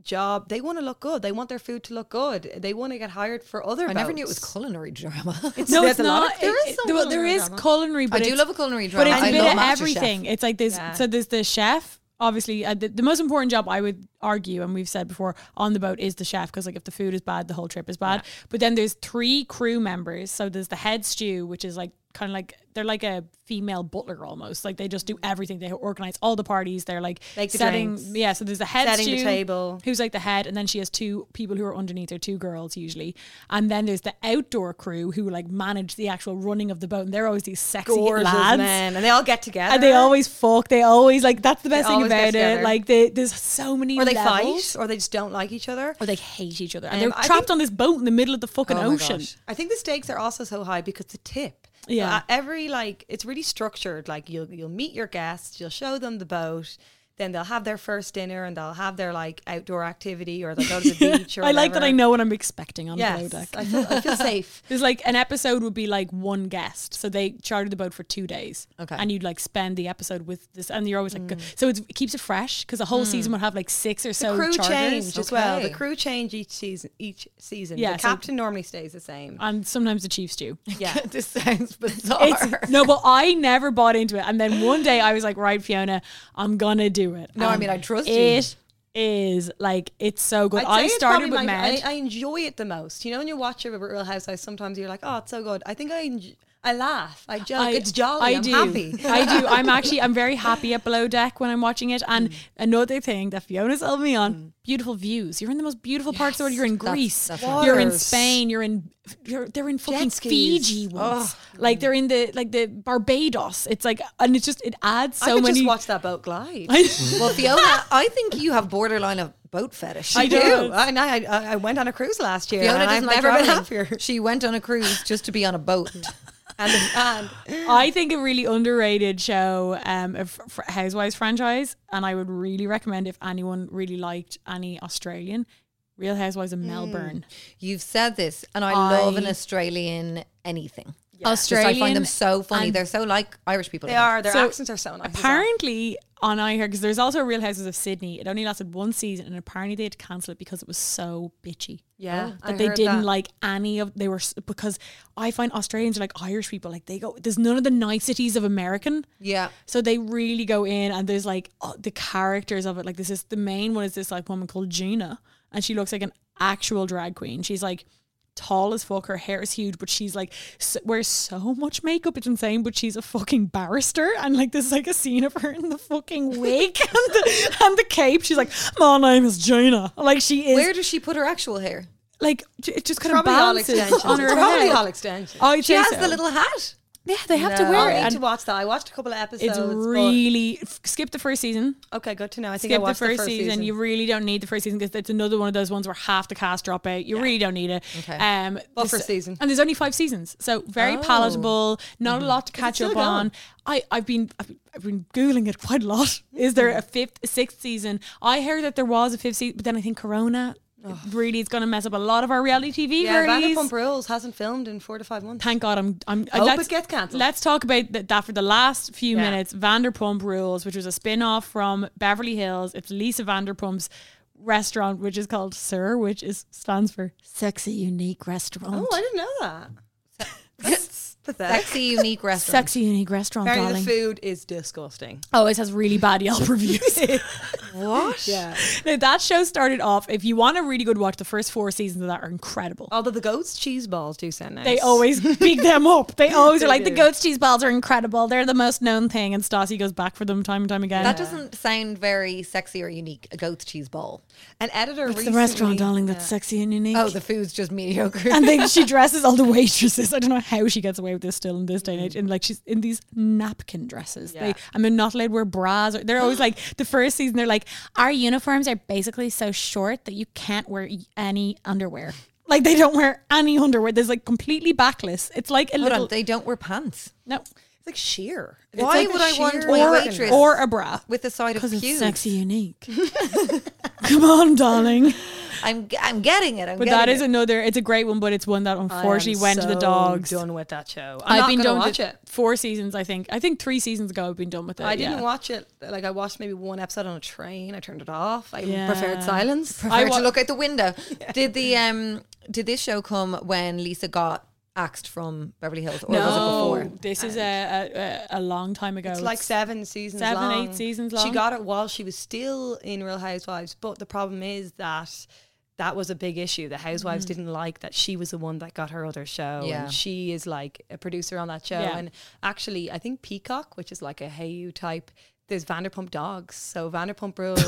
job. They want to look good. They want their food to look good. They want to get hired for other. I never knew it was boats. culinary (laughs) drama. no, there's it's a lot not. of- there It- is it- some there- there culinary is drama. culinary, I but do it's- love a culinary drama. But it's I a bit love of MasterChef. everything. It's like this. Yeah. So there's the chef. Obviously, uh, the, the most important job I would argue, and we've said before, on the boat is the chef because like if the food is bad, the whole trip is bad. But then there's three crew members. So there's the head stew, which is like kind of like they're like a female butler almost. Like they just do Mm. everything. They organize all the parties. They're like Make the setting. drinks. yeah. So there's the head Setting the stew, table. who's like the head, and then she has two people who are underneath her, two girls usually. And then there's the outdoor crew who like manage the actual running of the boat, and they're always these sexy Gorgeous lads. men, and they all get together. And they always fuck. They always like that's the best thing always get about it. together. Like they, there's so many. or they levels. fight, or they just don't like each other. or they hate each other, and Um, they're I trapped think- on this boat in the middle of the fucking Oh my ocean. gosh. I think the stakes are also so high because the tip. So, Yeah. uh, every like it's really structured. Like you'll you'll meet your guests, you'll show them the boat. then they'll have their first dinner and they'll have their like outdoor activity or they'll go to (laughs) the beach or I like that I whatever. know what I'm expecting on the Yes, boat deck. I feel, I (laughs) feel safe. There's like an episode would be like one guest, so they chartered the boat for two days, Okay. and you'd like spend the episode with this, and you're always like, go- so it's, it keeps it fresh because the whole season would have like six or Mm. The so crew charters. change as well. The Okay. crew change each season. Each season, Yeah, the so- captain normally stays the same. and sometimes the Chiefs do. (laughs) Yeah, this sounds (laughs) bizarre. (laughs) It's, no, but I never bought into it, and then one day I was like, right, Fiona, I'm gonna do it. No, I And mean, I trust you. It is like it's so good. I'd say I it's started probably with my- Med. I, I enjoy it the most. You know, when you watch a Real Housewives, sometimes you're like, "Oh, it's so good." I think I, enj- I laugh, I joke. it's jolly. I am do. (laughs) happy. I (laughs) do. I'm actually I'm very happy at Below Deck when I'm watching it. Mm. And another thing that Fiona's helped me on: beautiful views. You're in the most beautiful parts of the world. You're in Greece. that's you're in Waters. Spain. You're in. You're, they're in fucking skis. Fiji once. Like they're in the like the Barbados. It's like and it's just it adds I so could many. just watch that boat glide. well, Fiona, I think you have borderline of boat fetish. I (laughs) I do. don't. I, and I, I I went on a cruise last (laughs) year. Fiona and doesn't I've like never been traveling. happier. She went on a cruise just to be on a (laughs) boat. And, and (laughs) I think a really underrated show, um, a f- fr- Housewives franchise, and I would really recommend if anyone really liked any Australian, Real Housewives Mm. of Melbourne. You've said this, and I, I- love an Australian anything. Just Australian, I find them so funny. and- They're so like Irish people. I (laughs) they think. are. Their So, accents are so nice. as well. Apparently, on I heard because there's also Real Houses of Sydney. It only lasted one season, and apparently they had to cancel it because it was so bitchy. yeah, that I they heard didn't that. like any of they were s- because I find Australians are like Irish people. Like they go, there's none of the niceties of American. Yeah. So they really go in, and there's like oh, the characters of it. Like this is the main one is this like woman called Gina, and she looks like an actual drag queen. She's like tall as fuck. Her hair is huge, but she's like s wears so much makeup. It's insane. But she's a fucking barrister, and like this is like a scene of her in the fucking wig (laughs) and the, and the cape. She's like, my name is Gina. Like she is Where does she put her actual hair? like j- it just kind probably of all balances extensions. on her probably head. all extensions. I'd She say has so. the little hat. yeah, they have to wear I it. need and to watch that. I watched a couple of episodes. it's but- really f- skip the first season. okay. Good to know. I think I Skip the watched first, season. You really don't need the first season because it's another one of those ones where half the cast drop out. You really don't need it. Okay. Um, Buffer this- season. and there's only five seasons, so very Oh. palatable. Not a lot to catch still up going? on. I I've been I've been- I've been googling it quite a lot. Is there a fifth, a sixth season? I heard that there was a fifth season, but then I think Corona really is going to mess up a lot of our reality TV. yeah, girlies. Vanderpump Rules hasn't filmed in four to five months. Thank God I'm. I'm uh, Hope let's- it gets cancelled. Let's talk about th- that for the last few Yeah. minutes. Vanderpump Rules, which was a spin off from Beverly Hills. It's Lisa Vanderpump's restaurant, which is called Sir, which is stands for Sexy Unique Restaurant. Oh, I didn't know that. (laughs) That's (laughs) pathetic. Sexy, unique restaurant. Sexy Unique Restaurant, darling. Apparently, the food is disgusting. Always has really bad (laughs) Yelp reviews. What? Yeah. now, that show started off. If you want a really good watch, the first four seasons of that are incredible. Although the goat's cheese balls do sound nice. They always (laughs) big them up. They always are like the do. goat's cheese balls are incredible. They're the most known thing, and Stassi goes back for them time and time again. That doesn't sound very sexy or unique. A goat's cheese ball. An editor It's the recently- restaurant, darling, that's sexy and unique. Oh, the food's just (laughs) mediocre. and then she dresses all the waitresses. I don't know how she gets away with this still in this day and Mm. age. And like she's in these napkin dresses. They, I mean, not allowed to wear bras. Or, they're (gasps) always like the first season. They're like, our uniforms are basically so short that you can't wear y- any underwear. Like they don't wear any underwear. There's like completely backless. It's like a Hold little on, they don't wear pants. no It's like sheer. Why It's like would a I want sheer my organ. waitress- or a bra With the side of because it's pubes. sexy (laughs) unique. Come on, darling. I'm, I'm getting it. I'm But getting that is it. another. It's a great one, but it's one that I am unfortunately went to the so dogs. Done with that show. i have I'm not been gonna done watch with it. Four seasons, I think. I think three seasons ago, I've been done with it. I didn't yeah. watch it. Like I watched maybe one episode on a train. I turned it off. I Yeah. preferred silence. I wa- to look out the (laughs) window. Did the um did this show come when Lisa got axed from Beverly Hills, or was it No, Um, before? this is a, a a a long time ago. It's like seven seasons seven, long. eight seasons She long. got it while she was still in Real Housewives, but the problem is that that was a big issue. The Housewives Mm. didn't like that she was the one that got her other show. Yeah. And she is like a producer on that show. Yeah. And actually, I think Peacock, which is like a Hey You type, there's Vanderpump Dogs. So (laughs) Vanderpump Rules.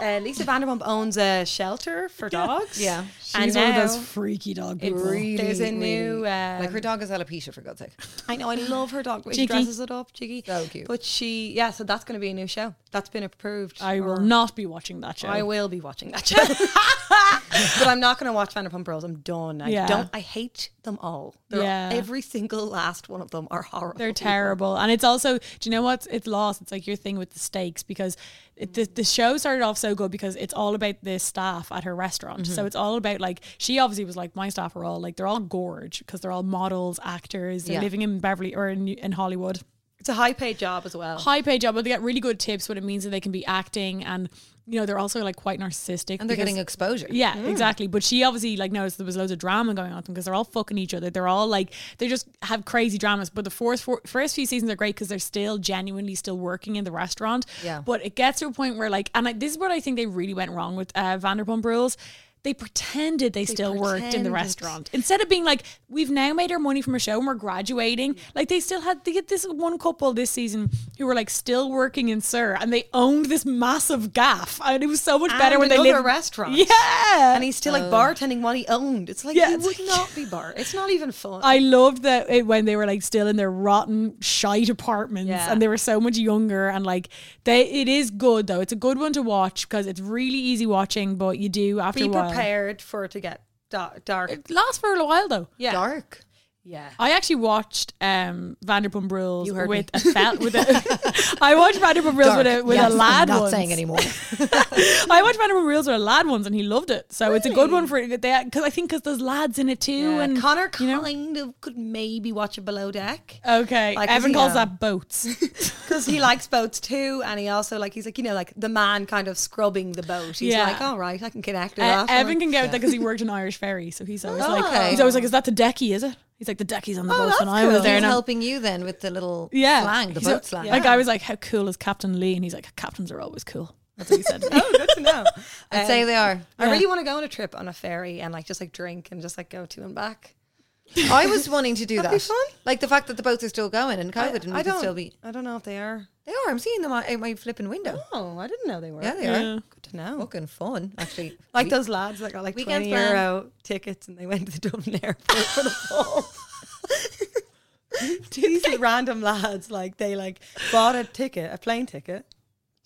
uh, Lisa Vanderpump owns a shelter for dogs. Yeah. She's and one now of those freaky dog it's- people. there's a really- new um, like her dog is alopecia for God's sake. I know, I love her dog. the way Jiggy. She dresses it up, Jiggy. So cute. But she, yeah, so that's going to be a new show. That's been approved. I will or- not be watching that show. I will be watching that show. (laughs) but I'm not going to watch Vanderpump Rules. I'm done. I Yeah. don't. I hate them all. They're, Yeah. Every single last one of them are (laughs) horrible. They're terrible. And it's also, do you know what? It's lost. It's like your thing with the steaks because it, the, the show started off so good because it's all about the staff at her restaurant. Mm-hmm. So it's all about like, she obviously was like, my staff are all like, they're all gorge because they're all models, actors, they're Yeah. living in Beverly or in, in Hollywood. It's a high paid job as well. High paid job, but they get really good tips what it means that they can be acting and, you know, they're also like quite narcissistic. and they're because- getting exposure. Yeah, Hmm. exactly. But she obviously like noticed there was loads of drama going on with them because they're all fucking each other. They're all like they just have crazy dramas. But the first four, first few seasons are great because they're still genuinely still working in the restaurant. Yeah. But it gets to a point where like, and I, this is what I think they really went wrong with uh, Vanderpump Rules. They pretended they, still worked in the pretended. restaurant instead of being like, "We've now made our money from a show and we're graduating." Like they still had they get this one couple this season who were like still working in Sir, and they owned this massive gaff, and it was so much better And when they another lived restaurant. (laughs) Yeah, And he's still Oh. like bartending what he owned. It's like Yeah, he it's would like- not be bar. It's not even fun. I loved that it, when they were like still in their rotten shite apartments Yeah. and they were so much younger and like they it is good though. It's a good one to watch because it's really easy watching, but you do after be a while. prepared for it to get da- dark. It lasts for a while though. yeah. Dark. Yeah. I actually watched um, Vanderpump Rules You heard with me. a fel- with a (laughs) I watched Vanderpump Rules with a with Yes, a lad I'm not once. saying anymore. (laughs) I watched Vanderpump Reels with a lad once, and he loved it. So it's a good one for they because I think because there's lads in it too. Yeah, And Uh, Connor you know? kind of could maybe watch it below deck okay, Like, 'cause Evan he, calls um, that (laughs) boats. because he likes boats too, and he also like he's like you know like the man kind of scrubbing the boat. He's Yeah. like, all right, I can connect with Uh, that. Evan can get with that because he worked in Irish Ferry, so he's always like, Oh. Okay. he's always like, is that the decky? Is it? He's like, the decky's on the Oh, boat that's when I was cool. there. He's and I'm- helping you then with the little yeah, slang, the He's boat like- slang. Like I was like, how cool is Captain Lee? And he's like, captains are always cool. That's what he said. to (laughs) me. oh, (laughs) good to know. I'd say (laughs) they are. I really want to go on a trip on a ferry and like just like drink and just like go to and back. I was wanting to do that. That'd be fun. Like the fact that the boats are still going and COVID and we I can don't. still be. I don't know if they are. They are. I'm seeing them out out my flipping window. Oh, I didn't know they were. Yeah, they are. Good to Oh. know. Fucking fun, actually. Like We- those lads that got like Weekend twenty plan. euro tickets and they went to the Dublin (laughs) airport for the (laughs) fall. These random lads, like they like bought a ticket, a plane ticket,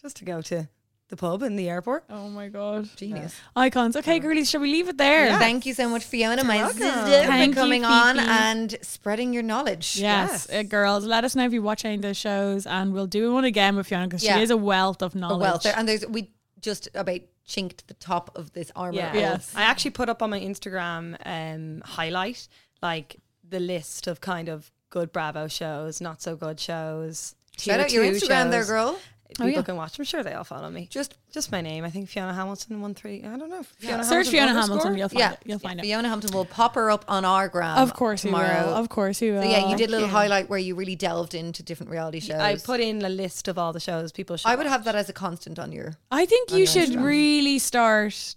just to go to the pub in the airport. oh my god, genius. icons. Okay, girlies, shall we leave it there? Thank you so much, Fiona, my welcome. sister, Thank for you, coming on Fifi. and spreading your knowledge. Yes, Yes. Uh, girls, let us know if you watch any of those shows, and we'll do one again with Fiona because Yeah. she is a wealth of Oh, knowledge. well, there, and there's we just about chinked the top of this armor. Yeah. Yes. I actually put up on my Instagram um, highlight like the list of kind of good Bravo shows, not so good shows. Shout tier out your two Instagram there, shows. girl. Oh, People can watch. I'm sure they all follow me. Just just my name. I think Fiona Hamilton one three. I don't know. Fiona Search Fiona underscore? Hamilton, you'll find yeah, it. You'll find it. Fiona Hampton will pop her up on our gram. Of course you will. tomorrow. Of course you will. So yeah, you did a little highlight where you really delved into different reality shows. I put in a list of all the shows people should. I would watch. have that as a constant on your I think you should really start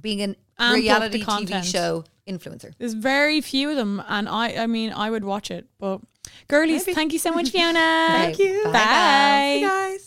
being an Amp up the reality TV content. show influencer. There's very few of them, and I, I mean, I would watch it. But girlies, thank you so much, Fiona. Thank you. Bye. Bye. Hey guys.